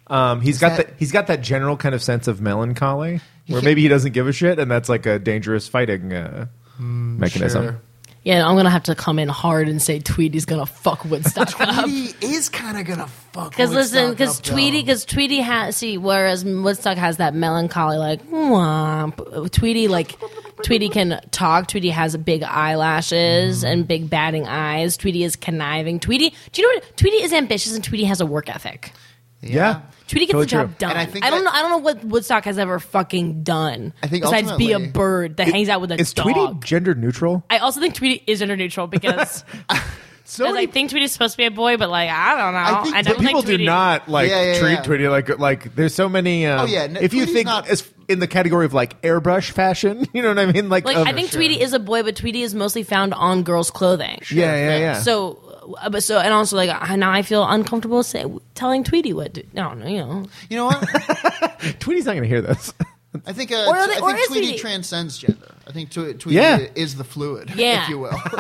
Speaker 5: Um, he's got
Speaker 4: that-
Speaker 5: that. He's got that general kind of sense of melancholy, where maybe he doesn't give a shit, and that's like a dangerous fighting uh, mechanism.
Speaker 4: Sure.
Speaker 3: Yeah, I'm gonna have to come in hard and say Tweety's gonna fuck Woodstock up.
Speaker 4: Tweety is kind of gonna fuck.
Speaker 3: Because listen,
Speaker 4: Woodstock
Speaker 3: because
Speaker 4: up, though.
Speaker 3: Tweety, because Tweety has see, whereas Woodstock has that melancholy like womp. Tweety like Tweety can talk. Tweety has big eyelashes and big batting eyes. Tweety is conniving. Tweety, do you know what? Tweety is ambitious and Tweety has a work ethic.
Speaker 5: Yeah.
Speaker 3: Tweety gets
Speaker 5: Totally
Speaker 3: the job
Speaker 5: true.
Speaker 3: done.
Speaker 4: And
Speaker 3: I,
Speaker 4: I think
Speaker 3: don't
Speaker 4: that-
Speaker 3: know. I don't know what Woodstock has ever fucking done.
Speaker 4: I think
Speaker 3: besides be a
Speaker 4: ultimately-
Speaker 3: bird that hangs out with a
Speaker 5: Is
Speaker 3: dog.
Speaker 5: Tweety gender neutral?
Speaker 3: I also think Tweety is gender neutral because
Speaker 5: So
Speaker 3: because I think Tweety's supposed to be a boy, but like I don't know.
Speaker 4: I think-
Speaker 3: I
Speaker 4: but
Speaker 3: don't
Speaker 5: But people
Speaker 3: think Tweety,
Speaker 5: do not like
Speaker 4: Yeah, yeah,
Speaker 5: treat
Speaker 4: yeah.
Speaker 5: Tweety like like. There's so many. Um,
Speaker 4: Oh, yeah, no,
Speaker 5: if you
Speaker 4: Tweety's
Speaker 5: think
Speaker 4: not-
Speaker 5: as in the category of like airbrush fashion, you know what I mean? Like,
Speaker 3: Like
Speaker 5: of-
Speaker 3: I think Tweety is a boy, but Tweety is mostly found on girls' clothing.
Speaker 5: Yeah, yeah, yeah.
Speaker 3: So, uh, but so and also like I- now I feel uncomfortable say, telling Tweety what to, I don't know, you know.
Speaker 4: You know what?
Speaker 5: Tweety's not going to hear this.
Speaker 4: I think uh,
Speaker 3: Or are they-
Speaker 4: I
Speaker 3: or
Speaker 4: think
Speaker 3: is
Speaker 4: Tweety
Speaker 3: he?
Speaker 4: transcends gender. I think Twe- Tweety
Speaker 5: Yeah.
Speaker 4: is the fluid,
Speaker 3: Yeah.
Speaker 4: if you will.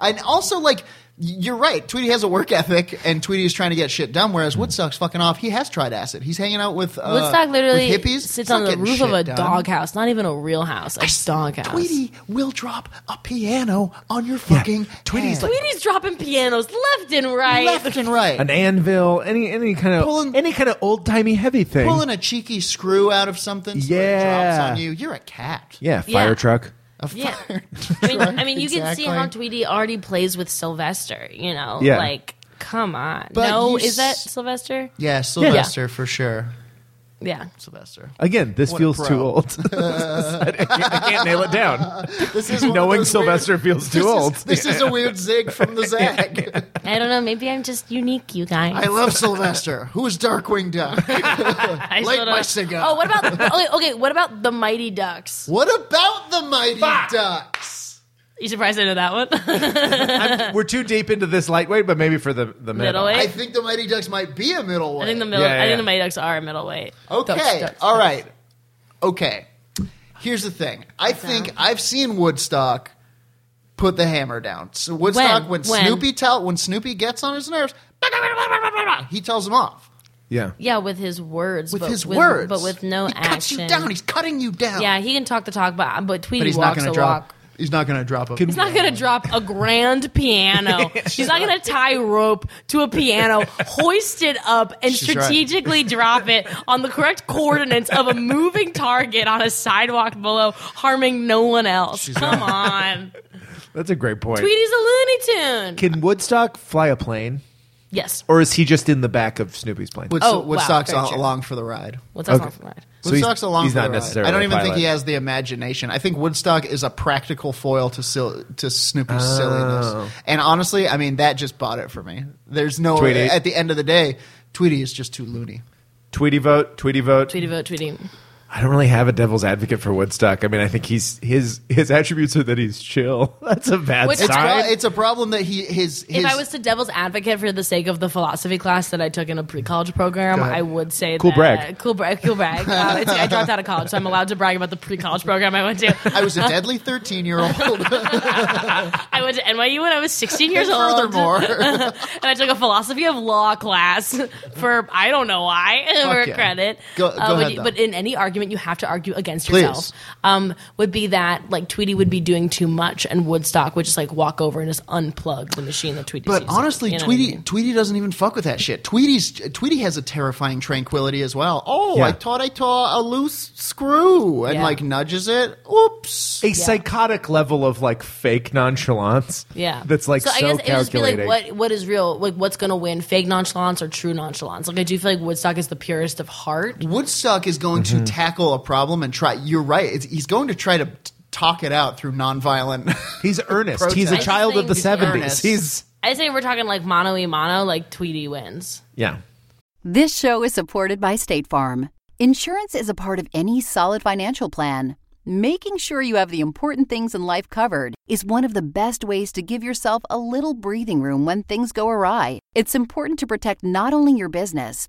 Speaker 4: and also, like you're right, Tweety has a work ethic, and Tweety is trying to get shit done. Whereas Woodstock's fucking off. He has tried acid. He's hanging out with uh,
Speaker 3: Woodstock literally
Speaker 4: with hippies. He's
Speaker 3: sits
Speaker 4: not
Speaker 3: on the
Speaker 4: getting
Speaker 3: roof of
Speaker 4: shit
Speaker 3: a
Speaker 4: done.
Speaker 3: doghouse, not even a real house, a doghouse.
Speaker 4: Tweety will drop a piano on your fucking
Speaker 5: Tweety's
Speaker 4: head.
Speaker 5: like-
Speaker 3: Tweety's dropping pianos left and right.
Speaker 4: left and right.
Speaker 5: An anvil, any any kind of
Speaker 4: Pulling-
Speaker 5: any kind of old timey heavy thing.
Speaker 4: Pulling a cheeky screw out of something, so it
Speaker 5: Yeah.
Speaker 4: drops on you. You're a cat.
Speaker 5: yeah,
Speaker 3: Yeah.
Speaker 5: fire truck.
Speaker 4: a
Speaker 3: Yeah.
Speaker 4: fire.
Speaker 3: I mean, I mean, you can see
Speaker 4: Exactly.
Speaker 3: how Tweety already plays with Sylvester. You know,
Speaker 5: Yeah.
Speaker 3: like come on.
Speaker 4: But
Speaker 3: no,
Speaker 4: you
Speaker 3: is that
Speaker 4: s-
Speaker 3: Sylvester?
Speaker 4: Yeah, Sylvester for sure.
Speaker 3: Yeah.
Speaker 4: Sylvester.
Speaker 5: Again, this
Speaker 4: What a
Speaker 5: feels
Speaker 4: pro.
Speaker 5: too old. I, can't, I can't nail it down.
Speaker 4: This is one of
Speaker 5: Knowing
Speaker 4: those
Speaker 5: Sylvester
Speaker 4: weird-
Speaker 5: feels too
Speaker 4: this
Speaker 5: old.
Speaker 4: Is, this is a weird zig from the Zag.
Speaker 3: I don't know. Maybe I'm just unique, you guys.
Speaker 4: I love Sylvester. Who is Darkwing Duck?
Speaker 3: I
Speaker 4: Light
Speaker 3: still
Speaker 4: my
Speaker 3: don't-
Speaker 4: cigar.
Speaker 3: Oh, what about okay? Okay, what about the Mighty Ducks?
Speaker 4: What about the Mighty Ducks?
Speaker 3: You surprised I know that one?
Speaker 5: I'm- we're too deep into this lightweight, but maybe for the the middle.
Speaker 3: Middleweight?
Speaker 4: I think the Mighty Ducks might be a middleweight.
Speaker 3: I think the middle.
Speaker 5: Yeah, yeah,
Speaker 3: I think
Speaker 5: yeah.
Speaker 3: the Mighty Ducks are middleweight.
Speaker 4: okay,
Speaker 3: Ducks, ducks.
Speaker 4: all right. Okay, here's the thing. I think I've seen Woodstock put the hammer down. So Woodstock, when,
Speaker 3: When? When?
Speaker 4: Snoopy tell when Snoopy gets on his nerves, he tells him off
Speaker 5: Yeah.
Speaker 3: Yeah, with his words.
Speaker 4: with
Speaker 3: but
Speaker 4: his words,
Speaker 3: but with no
Speaker 4: he
Speaker 3: action.
Speaker 4: Cuts you down. He's cutting you down.
Speaker 3: yeah, he can talk the talk, but but Tweety
Speaker 4: but he's not
Speaker 3: walks
Speaker 4: going
Speaker 3: the
Speaker 4: to drop.
Speaker 3: walk.
Speaker 4: He's not going to drop a.
Speaker 3: He's not going to drop a grand piano. She's not going to tie rope to a piano, hoist it up, and
Speaker 4: She's right.
Speaker 3: strategically drop it on the correct coordinates of a moving target on a sidewalk below, harming no one else. Come on.
Speaker 5: That's a great point.
Speaker 3: Tweety's a Looney Tune.
Speaker 5: Can Woodstock fly a plane,
Speaker 3: yes.
Speaker 5: or is he just in the back of Snoopy's plane?
Speaker 4: Woodst-
Speaker 3: Oh, wow,
Speaker 4: Woodstock's
Speaker 3: very
Speaker 4: al-
Speaker 3: true.
Speaker 4: along for the ride.
Speaker 3: What's that
Speaker 5: Okay.
Speaker 3: song from that?
Speaker 5: So he's-
Speaker 4: Woodstock's along
Speaker 5: he's
Speaker 4: for
Speaker 5: not
Speaker 4: the ride.
Speaker 5: necessarily
Speaker 4: I don't
Speaker 5: a
Speaker 4: even think
Speaker 5: pilot.
Speaker 4: he has the imagination. I think Woodstock is a practical foil to sil- to Snoopy's
Speaker 5: Oh.
Speaker 4: silliness. And honestly, I mean that just bought it for me. There's no
Speaker 5: Tweety.
Speaker 4: at the end of the day, Tweety is just too loony.
Speaker 5: Tweety vote, Tweety vote.
Speaker 3: Tweety vote, Tweety.
Speaker 5: I don't really have a devil's advocate for Woodstock. I mean, I think he's his his attributes are that he's chill. That's a bad
Speaker 3: Which-
Speaker 4: It's,
Speaker 5: sign.
Speaker 4: pro- it's a problem that he his,
Speaker 3: If
Speaker 4: his
Speaker 3: I was the devil's advocate for the sake of the philosophy class that I took in a pre-college program,
Speaker 4: Go ahead.
Speaker 3: I would say
Speaker 5: Cool
Speaker 3: that,
Speaker 5: brag.
Speaker 3: cool brag, cool brag. Uh, it's- I dropped out of college, so I'm allowed to brag about the pre-college program I went to.
Speaker 4: I was a deadly thirteen year old.
Speaker 3: I went to NYU when I was 16 years old,
Speaker 4: Furthermore,
Speaker 3: and I took a philosophy of law class for I don't know why for
Speaker 4: yeah.
Speaker 3: credit.
Speaker 4: Go- go
Speaker 3: but,
Speaker 4: ahead,
Speaker 3: you-
Speaker 4: though.
Speaker 3: but in any argument you have to argue against
Speaker 4: Please.
Speaker 3: yourself um, would be that like Tweety would be doing too much, and Woodstock would just like walk over and just unplug the machine that Tweety's
Speaker 4: But
Speaker 3: using.
Speaker 4: honestly,
Speaker 3: You know what I
Speaker 4: Tweety
Speaker 3: mean?
Speaker 4: Tweety doesn't even fuck with that shit. Tweety's Tweety has a terrifying tranquility as well. Oh,
Speaker 5: Yeah.
Speaker 4: I thought I saw a loose screw and
Speaker 3: Yeah.
Speaker 4: like nudges it. Oops.
Speaker 5: a psychotic level of like fake nonchalance.
Speaker 3: Yeah,
Speaker 5: that's like so,
Speaker 3: I guess it would just be
Speaker 5: calculating.
Speaker 3: like what what is real, like what's gonna win, fake nonchalance or true nonchalance. Like I do feel like Woodstock is the purest of heart.
Speaker 4: Woodstock is going
Speaker 5: Mm-hmm.
Speaker 4: to tackle a problem and try. You're right. It's, he's going to try to t- talk it out through nonviolent.
Speaker 5: He's earnest. He's
Speaker 4: I
Speaker 5: a
Speaker 4: just
Speaker 5: child of
Speaker 3: think
Speaker 5: the
Speaker 3: he's
Speaker 5: seventies.
Speaker 4: earnest.
Speaker 5: He's
Speaker 3: I say we're talking like mono e mono, like Tweety wins.
Speaker 5: yeah.
Speaker 1: This show is supported by State Farm. Insurance is a part of any solid financial plan. Making sure you have the important things in life covered is one of the best ways to give yourself a little breathing room when things go awry. It's important to protect not only your business,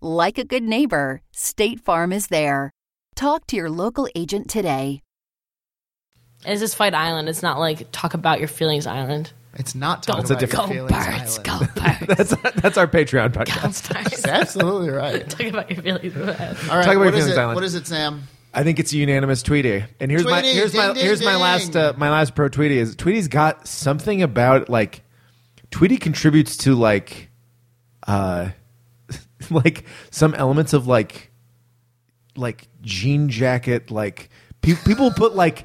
Speaker 1: Like a good neighbor, State Farm is there. Talk to your local agent today.
Speaker 3: It's just Fight Island. It's not like Talk About Your Feelings Island.
Speaker 4: it's not talking
Speaker 5: That's a
Speaker 4: about your
Speaker 5: different-
Speaker 3: Go
Speaker 4: feelings.
Speaker 3: Pirates,
Speaker 4: Island.
Speaker 3: go Pirates,
Speaker 5: That's that's our Patreon
Speaker 3: go
Speaker 5: podcast.
Speaker 3: Pirates.
Speaker 4: That's absolutely right.
Speaker 3: Talk about your feelings.
Speaker 4: All right.
Speaker 5: Talk about
Speaker 4: what
Speaker 5: your
Speaker 4: is
Speaker 5: feelings,
Speaker 4: it?
Speaker 5: Island.
Speaker 4: What is it, Sam?
Speaker 5: I think it's a unanimous Tweety. And here's my
Speaker 4: Tweety,
Speaker 5: here's my
Speaker 4: ding, ding,
Speaker 5: here's my
Speaker 4: ding.
Speaker 5: last uh, my last pro Tweety is Tweety's got something about like Tweety contributes to like uh like some elements of like like jean jacket like pe- people put like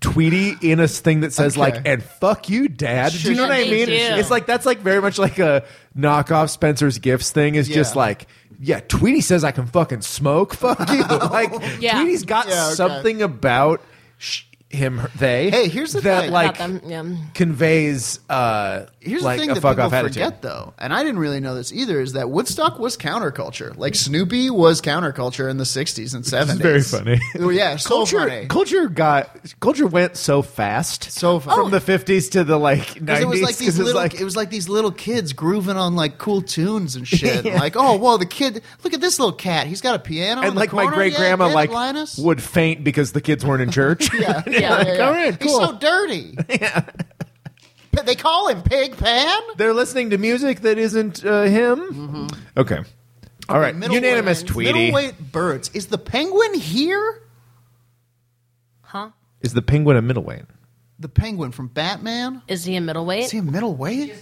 Speaker 5: Tweety in a thing that says like
Speaker 4: Okay.
Speaker 5: and fuck you dad. do you know what I
Speaker 3: They
Speaker 5: mean?
Speaker 3: do.
Speaker 5: It's like that's like very much like a knockoff Spencer's gifts thing is just
Speaker 4: Yeah.
Speaker 5: like yeah, Tweety says I can fucking smoke. Fuck you. Like
Speaker 3: Yeah.
Speaker 5: Tweety's got
Speaker 4: Yeah, okay.
Speaker 5: something about sh- him, her- they.
Speaker 4: Hey, here's the
Speaker 5: that
Speaker 4: thing.
Speaker 5: like
Speaker 3: About them, yeah.
Speaker 5: conveys uh,
Speaker 4: Here's
Speaker 5: like
Speaker 4: the
Speaker 5: a
Speaker 4: thing that
Speaker 5: fuck
Speaker 4: people
Speaker 5: off
Speaker 4: forget,
Speaker 5: attitude.
Speaker 4: though, and I didn't really know this either, is that Woodstock was counterculture. Like Snoopy was counterculture in the '60s and '70s.
Speaker 5: very funny.
Speaker 4: Oh, yeah, so
Speaker 5: Culture,
Speaker 4: funny.
Speaker 5: culture got culture went so fast,
Speaker 4: So fast.
Speaker 5: from
Speaker 4: Oh.
Speaker 5: the fifties to the like
Speaker 4: Because
Speaker 5: nineties.
Speaker 4: it was like these little, it was like these little kids grooving on like cool tunes and shit. Like, oh, well, the kid, look at this little cat. He's got a piano. in
Speaker 5: and
Speaker 4: the
Speaker 5: like my
Speaker 4: corner.
Speaker 5: great
Speaker 4: Yeah,
Speaker 5: grandma
Speaker 4: get it,
Speaker 5: like
Speaker 4: Linus.
Speaker 5: would faint because the kids weren't in church. yeah, like,
Speaker 3: yeah,
Speaker 5: all right,
Speaker 4: He's
Speaker 5: cool.
Speaker 4: so dirty. P- They call him Pig Pan.
Speaker 5: They're listening to music that isn't uh, him. Okay. All right.
Speaker 4: Middleweight-
Speaker 5: Unanimous Tweety.
Speaker 4: Middleweight birds. Is the penguin here?
Speaker 3: Huh?
Speaker 5: Is the penguin a middleweight?
Speaker 4: The penguin from Batman.
Speaker 3: Is he a
Speaker 4: Is
Speaker 3: middleweight?
Speaker 4: he a middleweight?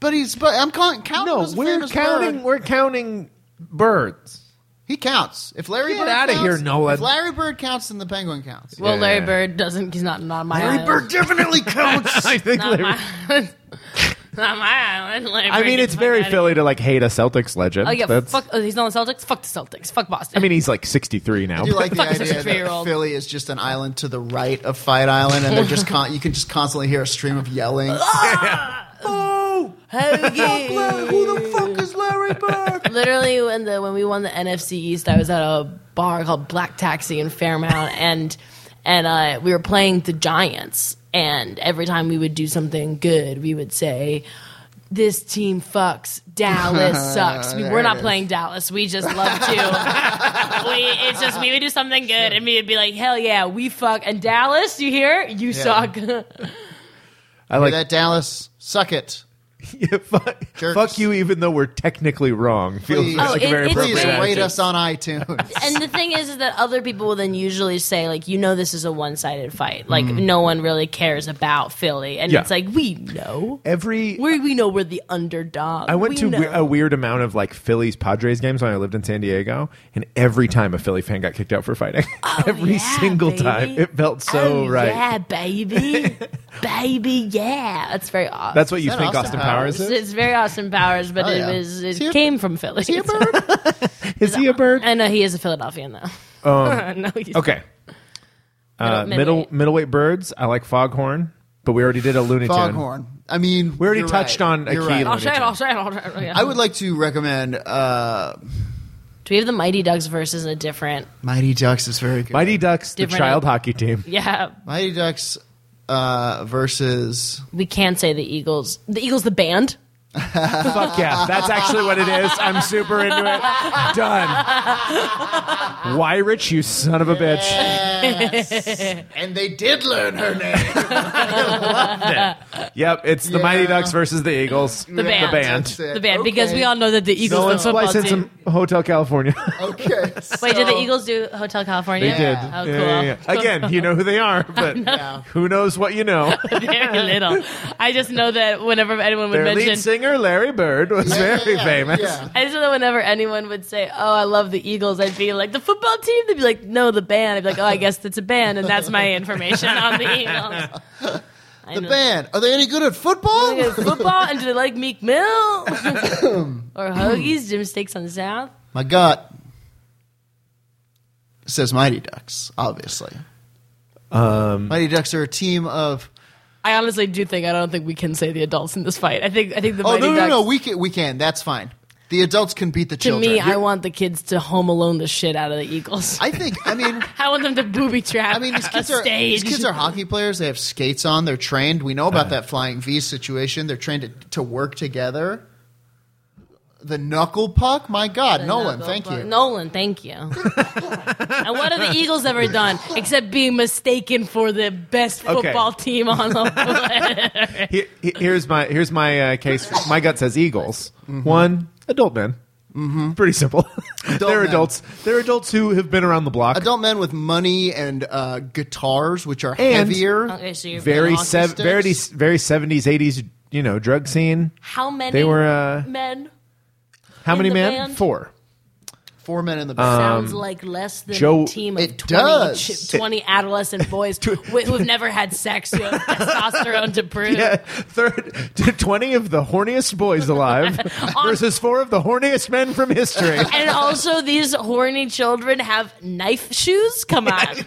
Speaker 4: But he's but I'm calling counting. him
Speaker 5: No,
Speaker 4: as a
Speaker 5: we're
Speaker 4: famous
Speaker 5: counting.
Speaker 4: bird.
Speaker 5: We're counting birds.
Speaker 4: He counts. If Larry
Speaker 5: Get
Speaker 4: Bird
Speaker 5: outta
Speaker 4: counts-
Speaker 5: here, Noah.
Speaker 4: If Larry Bird counts, then the penguin counts.
Speaker 3: Well, Larry
Speaker 5: Yeah.
Speaker 3: Bird doesn't. He's not on my
Speaker 4: Larry
Speaker 3: island.
Speaker 4: Bird definitely counts.
Speaker 5: uh, I think.
Speaker 3: Not
Speaker 5: they-
Speaker 3: my island. not my island. Larry
Speaker 5: I
Speaker 3: Bird
Speaker 5: mean,
Speaker 3: gets
Speaker 5: it's
Speaker 3: the
Speaker 5: very
Speaker 3: fuck outta here.
Speaker 5: Philly to like hate a Celtics legend.
Speaker 3: Oh yeah,
Speaker 5: That's-
Speaker 3: fuck. Oh, he's not on the Celtics. Fuck the Celtics. Fuck Boston.
Speaker 5: I mean, he's like 63 now.
Speaker 4: I do like the
Speaker 3: Fuck is this
Speaker 4: idea that
Speaker 3: three-year-old?
Speaker 4: Philly is just an island to the right of Fight Island, and they're just con- you can just constantly hear a stream of yelling.
Speaker 5: Ah!
Speaker 4: oh, who the fuck is Larry Bird?
Speaker 3: literally when the when we won the NFC East, I was at a bar called Black Taxi in Fairmount, and and uh, we were playing the Giants. And every time we would do something good, we would say, "This team fucks. Dallas sucks." We,
Speaker 4: There
Speaker 3: we're
Speaker 4: it
Speaker 3: not
Speaker 4: is.
Speaker 3: playing Dallas. We just love to. we, it's just we would do something good, and we would be like, "Hell yeah, we fuck." And Dallas, you hear? You suck.
Speaker 5: I
Speaker 4: Like
Speaker 5: like
Speaker 4: that Dallas, suck it.
Speaker 5: Yeah, fuck,
Speaker 4: Jerks.
Speaker 5: fuck you, even though we're technically wrong. Feels
Speaker 4: Please.
Speaker 5: like
Speaker 3: Oh,
Speaker 5: a
Speaker 3: it-
Speaker 5: very
Speaker 3: it's
Speaker 5: appropriate.
Speaker 4: Please
Speaker 3: Appropriate
Speaker 4: rate
Speaker 5: attitude.
Speaker 4: us on iTunes.
Speaker 3: and the thing is, is that other people will then usually say like you know this is a one-sided fight like no one really cares about philly and
Speaker 5: Mm-hmm. Yeah.
Speaker 3: it's like we know
Speaker 5: Every
Speaker 3: we, we know we're the underdog
Speaker 5: I went
Speaker 3: we
Speaker 5: to uh,
Speaker 3: know.
Speaker 5: we- a weird amount of like Phillies Padres games when I lived in San Diego, and every time a Philly fan got kicked out for fighting, every
Speaker 3: Yeah,
Speaker 5: single
Speaker 3: baby.
Speaker 5: time, it felt so
Speaker 3: Oh,
Speaker 5: right.
Speaker 3: yeah baby baby yeah that's very awesome
Speaker 5: That's what you
Speaker 4: that
Speaker 5: think
Speaker 4: Austin
Speaker 5: Austin, Powers,
Speaker 3: it's,
Speaker 5: is?
Speaker 3: it's very awesome powers but
Speaker 4: Oh,
Speaker 3: it
Speaker 4: yeah.
Speaker 3: was
Speaker 4: Is
Speaker 3: it
Speaker 4: he a-
Speaker 3: came from philly
Speaker 4: See a bird?
Speaker 5: Is he a bird?
Speaker 3: i know he is a philadelphian though no, he's
Speaker 5: Um, Okay. Uh,
Speaker 3: Middle-
Speaker 5: middle
Speaker 3: middleweight.
Speaker 5: middleweight birds. I like Foghorn, but we already did a Looney Tune.
Speaker 4: Foghorn. I mean,
Speaker 5: We already
Speaker 4: you're
Speaker 5: touched
Speaker 4: right.
Speaker 5: on a
Speaker 4: You're
Speaker 5: key
Speaker 4: right.
Speaker 5: line.
Speaker 3: I'll try it. I'll try it. I'll try it. Yeah.
Speaker 4: I would like to recommend uh,
Speaker 3: Do we have the Mighty Ducks versus a different?
Speaker 4: Mighty Ducks is very good.
Speaker 5: Mighty Ducks, the
Speaker 3: Different-
Speaker 5: child hockey team.
Speaker 3: Yeah,
Speaker 4: Mighty Ducks uh, versus
Speaker 3: we can say the Eagles. The Eagles, the band.
Speaker 5: Fuck yeah, that's actually what it is. I'm super into it. Done. Why, Rich? You son of a bitch.
Speaker 4: and they did learn her name.
Speaker 5: Yep, it's the Mighty
Speaker 4: Yeah.
Speaker 5: Ducks versus the Eagles.
Speaker 3: The band.
Speaker 5: band.
Speaker 4: That's it.
Speaker 3: The band, because
Speaker 4: Okay.
Speaker 3: we all know that the Eagles
Speaker 5: No
Speaker 3: are the
Speaker 5: one
Speaker 3: football
Speaker 5: splice in
Speaker 3: team. Oh,
Speaker 5: some Hotel California.
Speaker 4: Okay.
Speaker 3: Wait, did the
Speaker 4: so-
Speaker 3: Eagles do Hotel California?
Speaker 5: They did.
Speaker 3: Oh, cool.
Speaker 5: Yeah, yeah, yeah. Again, you know who they are, but who knows what you know.
Speaker 3: Very little. I just know that whenever anyone would
Speaker 5: Their lead
Speaker 3: mention
Speaker 5: singer, Larry Bird, was very famous.
Speaker 4: Yeah.
Speaker 3: I just know whenever anyone would say, "Oh, I love the Eagles," I'd be like, "The football team." They'd be like, "No, the band." I'd be like, "Oh, I guess that's a band," and that's my information on the Eagles. I
Speaker 4: The
Speaker 3: know.
Speaker 4: band. Are they any good at football?
Speaker 3: Is football, and do they like Meek Mill or Hoagies? Jim Steaks on the South.
Speaker 4: My gut says Mighty Ducks, obviously. Um, Mighty Ducks are a team of.
Speaker 3: I honestly do think I don't think we can say the adults in this fight. I think I think the
Speaker 4: Oh
Speaker 3: Mighty
Speaker 4: no, no,
Speaker 3: Ducks.
Speaker 4: no! We can, we can. That's fine. The adults can beat the
Speaker 3: to
Speaker 4: children.
Speaker 3: me,
Speaker 4: You're-
Speaker 3: I want the kids to home alone the shit out of the Eagles. I,
Speaker 4: I think. I mean.
Speaker 3: want them to booby trap.
Speaker 4: I mean, these kids
Speaker 3: a
Speaker 4: are
Speaker 3: stage.
Speaker 4: these kids are hockey players. They have skates on. They're trained. We know about that flying V situation. They're trained to, to work together. The knuckle puck. My God, Nolan.
Speaker 3: Knuckle
Speaker 4: thank
Speaker 3: puck.
Speaker 4: you.
Speaker 3: Nolan, thank you. and what have the Eagles ever done except being mistaken for the best
Speaker 5: Okay.
Speaker 3: football team on the planet?
Speaker 5: He- he- here's my here's my uh, case. My gut says Eagles.
Speaker 3: Mm-hmm.
Speaker 5: One adult men. Pretty simple. They're
Speaker 4: men.
Speaker 5: adults. They're adults who have been around the block.
Speaker 4: Adult men with money and uh, guitars, which are
Speaker 5: And-
Speaker 4: heavier.
Speaker 3: Okay, so you're
Speaker 5: very
Speaker 3: being honest.
Speaker 5: sev-
Speaker 4: sticks.
Speaker 5: very very seventies eighties. You know, drug scene.
Speaker 3: How many
Speaker 5: They were, uh,
Speaker 3: men
Speaker 5: How
Speaker 3: In
Speaker 5: many
Speaker 3: the
Speaker 5: men?
Speaker 3: band?
Speaker 5: Four.
Speaker 4: Four men in the
Speaker 3: sounds like less than
Speaker 5: um, Joe-
Speaker 3: a team of
Speaker 4: It
Speaker 3: 20,
Speaker 4: does.
Speaker 3: ch- 20 adolescent boys wi- who've never had sex who have testosterone to prove.
Speaker 5: Yeah, third to twenty of the horniest boys alive versus four of the horniest men from history.
Speaker 3: And also, these horny children have knife shoes. Come on,
Speaker 4: All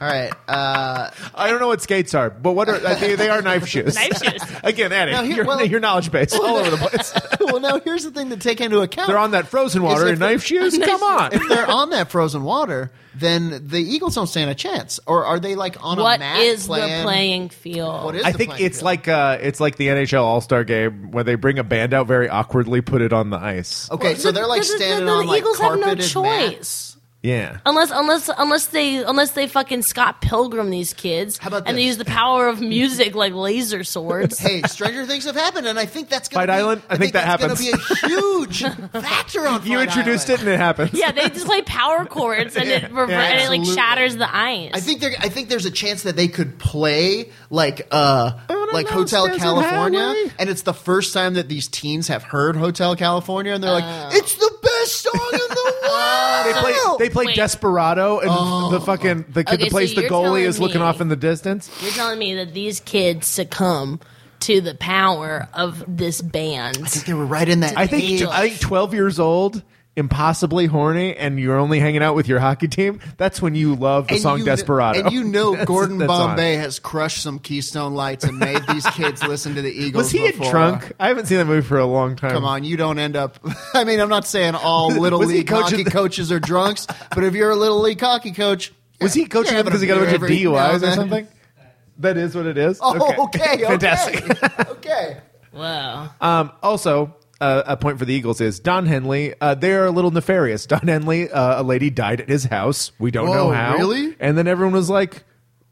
Speaker 4: right. Uh,
Speaker 5: I don't know what skates are, but what are uh, they? They are knife shoes.
Speaker 3: knife shoes.
Speaker 5: Again, Eddie,
Speaker 4: Now, here-
Speaker 5: your,
Speaker 4: well-
Speaker 5: your knowledge base all over the place.
Speaker 4: well, now here's the thing to take into account.
Speaker 5: They're on that frozen water
Speaker 4: Is it
Speaker 5: and
Speaker 4: the-
Speaker 5: knife shoes. Come on.
Speaker 4: if they're on that frozen water, then the Eagles don't stand a chance. Or are they like on a
Speaker 3: What
Speaker 4: mat
Speaker 3: is
Speaker 4: playing?
Speaker 3: the playing field?
Speaker 4: What is
Speaker 5: I
Speaker 4: the
Speaker 5: think
Speaker 4: playing
Speaker 5: it's
Speaker 4: field?
Speaker 5: like uh, it's like the NHL All Star Game where they bring a band out very awkwardly, put it on the ice.
Speaker 4: okay, so they're like
Speaker 3: This is-
Speaker 4: standing
Speaker 3: the,
Speaker 4: on
Speaker 3: the
Speaker 4: like
Speaker 3: Eagles have no
Speaker 4: carpeted mats.
Speaker 3: choice
Speaker 5: Yeah.
Speaker 3: unless unless unless they unless they fucking Scott Pilgrim these kids
Speaker 4: How about
Speaker 3: and they
Speaker 4: this?
Speaker 3: use the power of music like laser swords.
Speaker 4: Hey, stranger things have happened, and I think that's gonna
Speaker 5: Fight
Speaker 4: be,
Speaker 5: Island? I think that
Speaker 4: that's Gonna be a huge factor on.
Speaker 5: You
Speaker 4: Fight
Speaker 5: introduced
Speaker 4: Island.
Speaker 5: it and it happened.
Speaker 3: yeah, they just play power chords and it rever-
Speaker 5: yeah,
Speaker 3: and it like
Speaker 4: absolutely.
Speaker 3: shatters the ice.
Speaker 4: I think there. I think there's a chance that they could play like uh
Speaker 5: On a
Speaker 4: like Hotel
Speaker 5: Lost Desert Highway.
Speaker 4: California, and it's the first time that these teens have heard Hotel California, and they're like,
Speaker 3: Oh.
Speaker 4: "It's the best song in the world."
Speaker 5: They play, they play
Speaker 3: Wait.
Speaker 5: Desperado, and the
Speaker 4: Oh.
Speaker 5: fucking the kid
Speaker 3: Okay,
Speaker 5: that plays
Speaker 3: so
Speaker 5: the
Speaker 3: you're
Speaker 5: goalie is
Speaker 3: telling
Speaker 5: looking
Speaker 3: me-
Speaker 5: off in the distance.
Speaker 3: You're telling me that these kids succumb to the power of this band.
Speaker 4: they were right in that.
Speaker 5: I think
Speaker 4: age.
Speaker 5: I think twelve years old, impossibly horny, and you're only hanging out with your hockey team. That's when you love the
Speaker 4: And
Speaker 5: song
Speaker 4: you kn-
Speaker 5: Desperado.
Speaker 4: and you know
Speaker 5: That's-
Speaker 4: Gordon
Speaker 5: that's on.
Speaker 4: Bombay has crushed some Keystone Lights and made these kids listen to the Eagles.
Speaker 5: Was he in
Speaker 4: before. uh,
Speaker 5: Trunk? I haven't seen that movie for a long time.
Speaker 4: Come on, you don't end up. I mean, I'm not saying all little
Speaker 5: Was he
Speaker 4: league
Speaker 5: coaching
Speaker 4: hockey
Speaker 5: the-
Speaker 4: coaches are drunks, but if you're a little league hockey coach,
Speaker 5: Was he coaching
Speaker 4: you're
Speaker 5: them because he got a
Speaker 4: having
Speaker 5: bunch of
Speaker 4: beer every now and
Speaker 5: DUIs or
Speaker 4: then.
Speaker 5: something? That is what it is.
Speaker 4: Oh, okay, okay,
Speaker 5: fantastic.
Speaker 4: okay.
Speaker 3: Wow.
Speaker 5: Um, also, uh, a point for the Eagles is Don Henley. Uh, they are a little nefarious. Don Henley, uh, a lady died at his house. We don't
Speaker 4: Whoa,
Speaker 5: know how.
Speaker 4: really?
Speaker 5: And then everyone was like,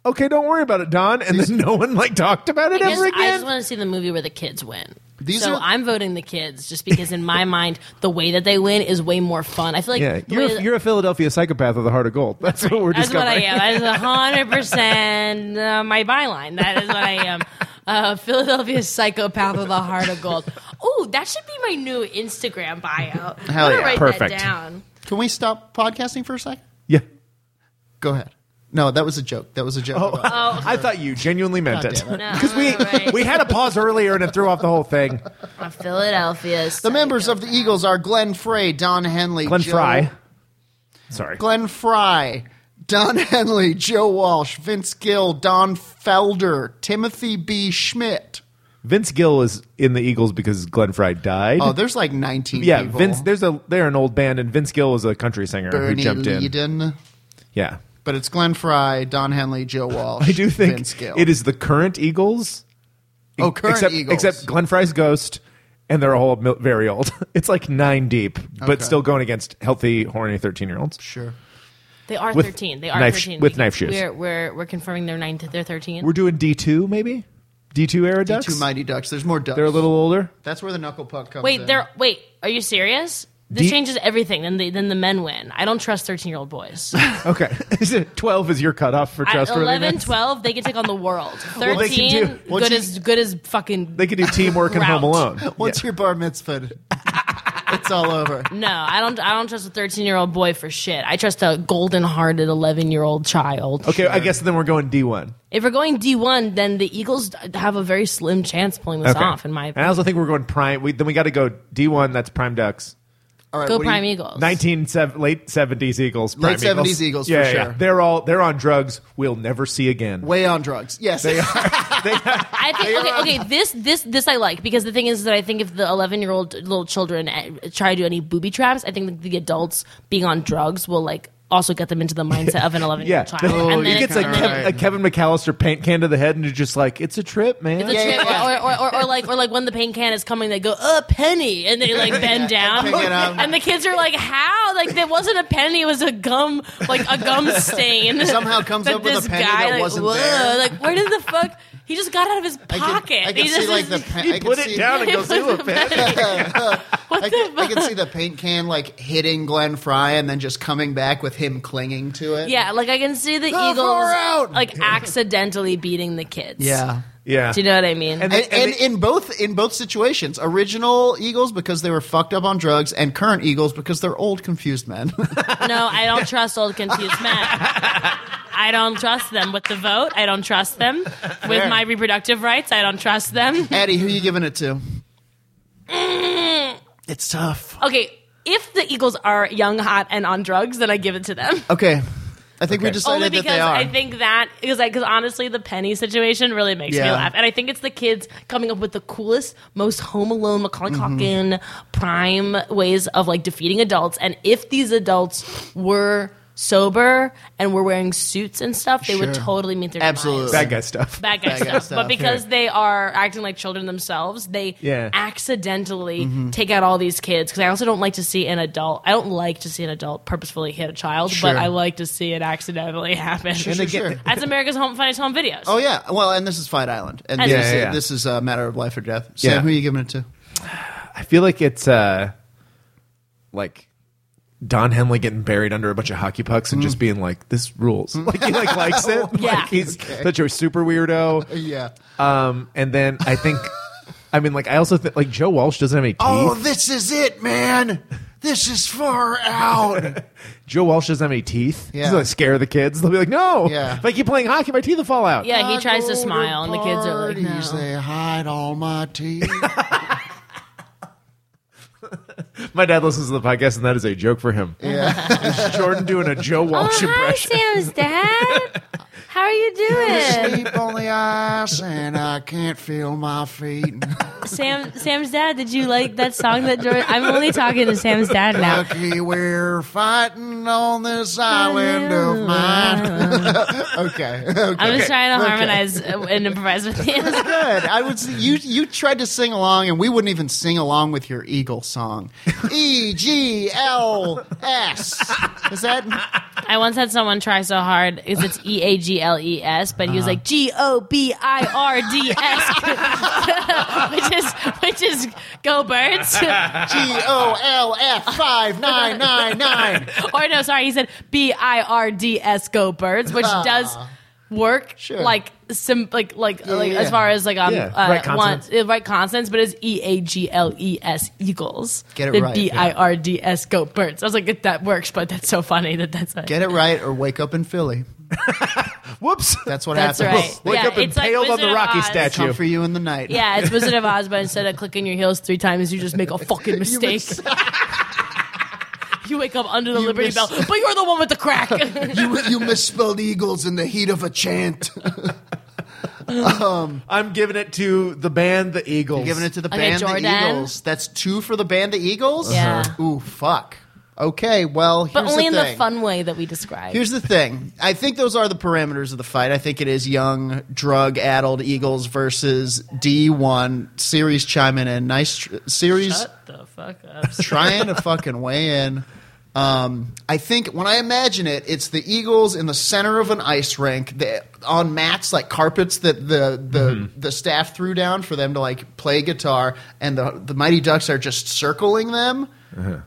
Speaker 5: "Okay, don't worry about it, Don." And then no one like talked about it
Speaker 3: I
Speaker 5: ever
Speaker 3: just, I
Speaker 5: again.
Speaker 3: just want to see the movie where the kids win.
Speaker 4: These
Speaker 3: so
Speaker 4: are-
Speaker 3: I'm voting the kids just because in my mind the way that they win is way more fun. I feel like the
Speaker 5: yeah,
Speaker 3: way
Speaker 5: you're,
Speaker 3: that-
Speaker 5: you're a Philadelphia psychopath with a heart of gold. That's, what we're
Speaker 3: that's what I
Speaker 5: discovering.
Speaker 3: am. That is hundred percent uh, my byline. That is what I am. Uh, Philadelphia psychopath with a heart of gold. Oh, that should be my new Instagram bio.
Speaker 4: Hell
Speaker 3: I'm gonna
Speaker 4: yeah.
Speaker 3: write
Speaker 5: Perfect.
Speaker 3: that down.
Speaker 4: Can we stop podcasting for a second?
Speaker 5: yeah.
Speaker 4: Go ahead. No, that was a joke. That was a joke.
Speaker 5: Oh.
Speaker 4: about-
Speaker 5: I thought you genuinely meant
Speaker 4: God
Speaker 5: it
Speaker 4: damn it.
Speaker 3: Oh. No,
Speaker 5: because we
Speaker 3: all right.
Speaker 5: we had a pause earlier and it threw off the whole thing.
Speaker 3: A Philadelphia.
Speaker 4: the members of the Eagles are Glenn Frey, Don Henley,
Speaker 5: Glenn
Speaker 4: Joe-
Speaker 5: Fry, sorry,
Speaker 4: Glenn Fry, Don Henley, Joe Walsh, Vince Gill, Don Felder, Timothy B. Schmidt.
Speaker 5: Vince Gill is in the Eagles because Glenn Fry died.
Speaker 4: Oh, there's like 19
Speaker 5: yeah,
Speaker 4: people.
Speaker 5: Vince. There's a they're an old band, and Vince Gill was a country singer who
Speaker 4: Bernie
Speaker 5: jumped in.
Speaker 4: Leadon.
Speaker 5: Yeah,
Speaker 4: But it's Glenn Fry, Don Henley, Joe Walsh.
Speaker 5: I do think
Speaker 4: Vince Gill.
Speaker 5: it is the current Eagles.
Speaker 4: Oh, current
Speaker 5: except,
Speaker 4: Eagles.
Speaker 5: Except Glenn Fry's Ghost, and they're all mil- very old. It's like nine deep, but
Speaker 4: Okay.
Speaker 5: still going against healthy, horny thirteen-year-olds.
Speaker 4: Sure.
Speaker 3: They are
Speaker 5: With
Speaker 3: 13. They are
Speaker 5: knife-
Speaker 3: 13.
Speaker 5: with knife shoes.
Speaker 3: We're, we're, we're confirming they're, nine, they're 13.
Speaker 5: We're doing D two, maybe D two era ducks.
Speaker 4: Two Mighty Ducks. There's more ducks.
Speaker 5: They're a little older.
Speaker 4: That's where the knuckle puck comes
Speaker 3: wait,
Speaker 4: in.
Speaker 3: they're wait. Are you serious? This
Speaker 5: Do you-
Speaker 3: changes everything. Then, they, then the men win. I don't trust 13 year old boys.
Speaker 5: Okay, Is it- twelve is your cutoff for
Speaker 3: At 11,
Speaker 5: trustworthiness.
Speaker 3: 12, they can take on the world.
Speaker 5: they can
Speaker 3: 13,
Speaker 5: do-
Speaker 4: once
Speaker 3: good,
Speaker 4: you-
Speaker 3: as, good as fucking.
Speaker 5: They could do teamwork and Home Alone.
Speaker 3: Route.
Speaker 4: Once your bar mitzvah, it's all over.
Speaker 3: no, I don't. I don't trust a 13 year old boy for shit. I trust a golden hearted 11 year old child.
Speaker 5: Okay, I guess then we're going D one.
Speaker 3: If we're going D1, then the Eagles have a very slim chance pulling this off. In my
Speaker 5: and I also think we're going prime. We, then we got to go D one. That's prime ducks.
Speaker 4: All right,
Speaker 3: go
Speaker 4: what do you-
Speaker 3: Prime Eagles.
Speaker 5: Nineteen sev- late seventies Eagles. prime
Speaker 4: Late 70s Eagles, for
Speaker 5: Yeah, yeah, yeah.
Speaker 4: sure.
Speaker 5: They're all they're on drugs. We'll never see again.
Speaker 4: Way on drugs. Yes.
Speaker 3: I think okay, okay. This this this I like because the thing is that I think if the eleven year old little children eh, try to do any booby traps, I think the adults being on drugs will like also get them into the mindset of an eleven year
Speaker 5: Yeah,
Speaker 3: old child.
Speaker 5: The-
Speaker 4: Oh,
Speaker 3: and
Speaker 5: it
Speaker 3: then it's
Speaker 5: gets like
Speaker 3: like
Speaker 4: kinda
Speaker 5: Kev-
Speaker 4: right.
Speaker 5: a Kevin McAllister paint can to the head, and you're just like, it's a trip, man.
Speaker 3: the trip,
Speaker 4: yeah,
Speaker 3: Or, or, or, or like or like when the paint can is coming, they go a penny and they like bend down,
Speaker 4: pick it up.
Speaker 3: and the kids are like, "How? Like there wasn't a penny; it was a gum, like a gum stain."
Speaker 4: Somehow comes
Speaker 3: That
Speaker 4: up with a
Speaker 3: this
Speaker 4: penny that wasn't
Speaker 3: whoa,
Speaker 4: there.
Speaker 3: Like where did the fuck? He just got out of his
Speaker 4: I can,
Speaker 3: pocket. He
Speaker 4: I can see
Speaker 3: just-
Speaker 4: like the pen, I can
Speaker 5: Put it
Speaker 4: see-
Speaker 5: down and go do a penny.
Speaker 4: I can, I can see the paint can like hitting Glenn Fry and then just coming back with him clinging to it.
Speaker 3: Yeah, like I can see the
Speaker 4: Go
Speaker 3: Eagles
Speaker 4: far out!
Speaker 3: like accidentally beating the kids.
Speaker 4: Yeah.
Speaker 5: Yeah,
Speaker 3: Do you know what I mean?
Speaker 4: And,
Speaker 5: And they-
Speaker 4: and in both in both situations, original Eagles because they were fucked up on drugs, and current Eagles because they're old, confused men.
Speaker 3: no, I don't trust old confused men. I don't trust them with the vote. I don't trust them with my reproductive rights. I don't trust them.
Speaker 4: Addie, who you giving it to?
Speaker 3: Mm.
Speaker 4: It's tough.
Speaker 3: Okay, if the Eagles are young, hot, and on drugs, then I give it to them.
Speaker 4: Okay, I think we
Speaker 3: Only
Speaker 4: decided that
Speaker 3: because
Speaker 4: they are.
Speaker 3: I think that because because honestly, the penny situation really makes me
Speaker 4: Yeah.
Speaker 3: laugh, and I think it's the kids coming up with the coolest, most Home Alone, Macaulay
Speaker 4: Mm-hmm.
Speaker 3: Culkin prime ways of like defeating adults. And if these adults were sober and were wearing suits and stuff, they would
Speaker 4: Sure.
Speaker 3: totally meet their
Speaker 4: Absolutely.
Speaker 3: demise.
Speaker 5: bad guy stuff.
Speaker 3: Bad guy,
Speaker 4: guy
Speaker 3: stuff.
Speaker 4: stuff,
Speaker 3: but because they are acting like children themselves, they
Speaker 5: Yeah.
Speaker 3: accidentally
Speaker 4: Mm-hmm.
Speaker 3: take out all these kids. Because I also don't like to see an adult. I don't like to see an adult purposefully hit a child,
Speaker 4: Sure.
Speaker 3: but I like to see it accidentally happen.
Speaker 4: Sure, sure, sure.
Speaker 3: That's America's Home Funniest Home Videos.
Speaker 4: Oh yeah, well, and this is Fight Island, and
Speaker 3: Yeah,
Speaker 4: this, is,
Speaker 5: yeah, yeah.
Speaker 4: this is a matter of life or death. Sam,
Speaker 5: Yeah.
Speaker 4: who are you giving it to?
Speaker 5: I feel like it's uh like Don Henley getting buried under a bunch of hockey pucks and
Speaker 4: Mm.
Speaker 5: just being like, "This rules." Like he like likes it.
Speaker 3: Yeah.
Speaker 5: Like he's such a super weirdo.
Speaker 4: Oh Yeah.
Speaker 5: Um, and then I think, I mean, like I also think like Joe Walsh doesn't have any teeth.
Speaker 4: Oh, this is it, man. This is far out.
Speaker 5: Joe Walsh doesn't have any teeth.
Speaker 4: Yeah.
Speaker 5: He's gonna scare the kids. They'll be like, "No,
Speaker 4: Yeah.
Speaker 5: if I keep playing hockey, my teeth will fall out."
Speaker 3: Yeah, he tries to smile, and the kids are like,
Speaker 4: Parties,
Speaker 3: no.
Speaker 4: They hide all my teeth.
Speaker 5: My dad listens to the podcast, and that is a joke for him.
Speaker 4: yeah.
Speaker 5: It's Jordan doing a Joe Walsh impression.
Speaker 3: Sam's dad. How are you doing?
Speaker 4: Sleep on the ice, and I can't feel my feet.
Speaker 3: Sam, Sam's dad. Did you like that song that Jordan? I'm only talking to Sam's dad now.
Speaker 4: Lucky we're fighting on this island of mine. okay. Okay.
Speaker 3: I'm just trying to harmonize uh, and improvise with him.
Speaker 4: Good. I would. Say, you you tried to sing along, and we wouldn't even sing along with your eagle song. E G L S. Is that?
Speaker 3: I once had someone try so hard because it's E A G L E S, but he
Speaker 4: Uh-huh.
Speaker 3: was like G O B I R D S, which is which is go birds.
Speaker 4: G O L F five nine nine nine.
Speaker 3: or no, sorry, he said B I R D S go birds, which does work
Speaker 4: Ah. Sure.
Speaker 3: like sim like like like
Speaker 4: yeah,
Speaker 3: as
Speaker 4: yeah.
Speaker 3: far as like um
Speaker 5: Yeah,
Speaker 3: uh,
Speaker 5: right consonants.
Speaker 3: one- uh, right consonants, but it's E A G L E S eagles.
Speaker 4: Get it
Speaker 3: Then
Speaker 4: right,
Speaker 3: B
Speaker 4: yeah.
Speaker 3: I R D S go birds. I was like, it- that works, but that's so funny that that's a-
Speaker 4: Get it right, or wake up in Philly.
Speaker 5: Whoops.
Speaker 4: That's what
Speaker 3: that's
Speaker 4: happens.
Speaker 3: right.
Speaker 5: Wake
Speaker 3: yeah,
Speaker 5: up and
Speaker 3: it's like
Speaker 5: paled on
Speaker 3: Wizard
Speaker 5: the
Speaker 3: of
Speaker 5: Rocky
Speaker 3: Oz.
Speaker 5: statue.
Speaker 4: Come for you in the night.
Speaker 3: Yeah, it's Wizard of Oz, but instead of clicking your heels three times, you just make a fucking
Speaker 4: You
Speaker 3: mistake.
Speaker 4: miss-
Speaker 3: You wake up under the
Speaker 4: You
Speaker 3: Liberty
Speaker 4: miss-
Speaker 3: Bell, but you're the one with the crack.
Speaker 4: you, you misspelled eagles in the heat of a chant.
Speaker 6: I'm giving it to the band, the Eagles.
Speaker 4: You're giving it to the
Speaker 3: Okay,
Speaker 4: band
Speaker 3: Jordan.
Speaker 4: the Eagles. That's two for the band the Eagles.
Speaker 3: Yeah. Uh-huh.
Speaker 4: Ooh, fuck. Okay, well, here's
Speaker 3: but only
Speaker 4: the
Speaker 3: in
Speaker 4: thing.
Speaker 3: the fun way that we described.
Speaker 4: Here's the thing. I think those are the parameters of the fight. I think it is young, drug addled Eagles versus D1 series chiming in. Nice tr- series
Speaker 3: Shut the fuck up.
Speaker 4: trying to fucking weigh in. Um, I think when I imagine it, it's the Eagles in the center of an ice rink the, on mats like carpets that the the,
Speaker 6: Mm-hmm.
Speaker 4: the staff threw down for them to like play guitar, and the the Mighty Ducks are just circling them,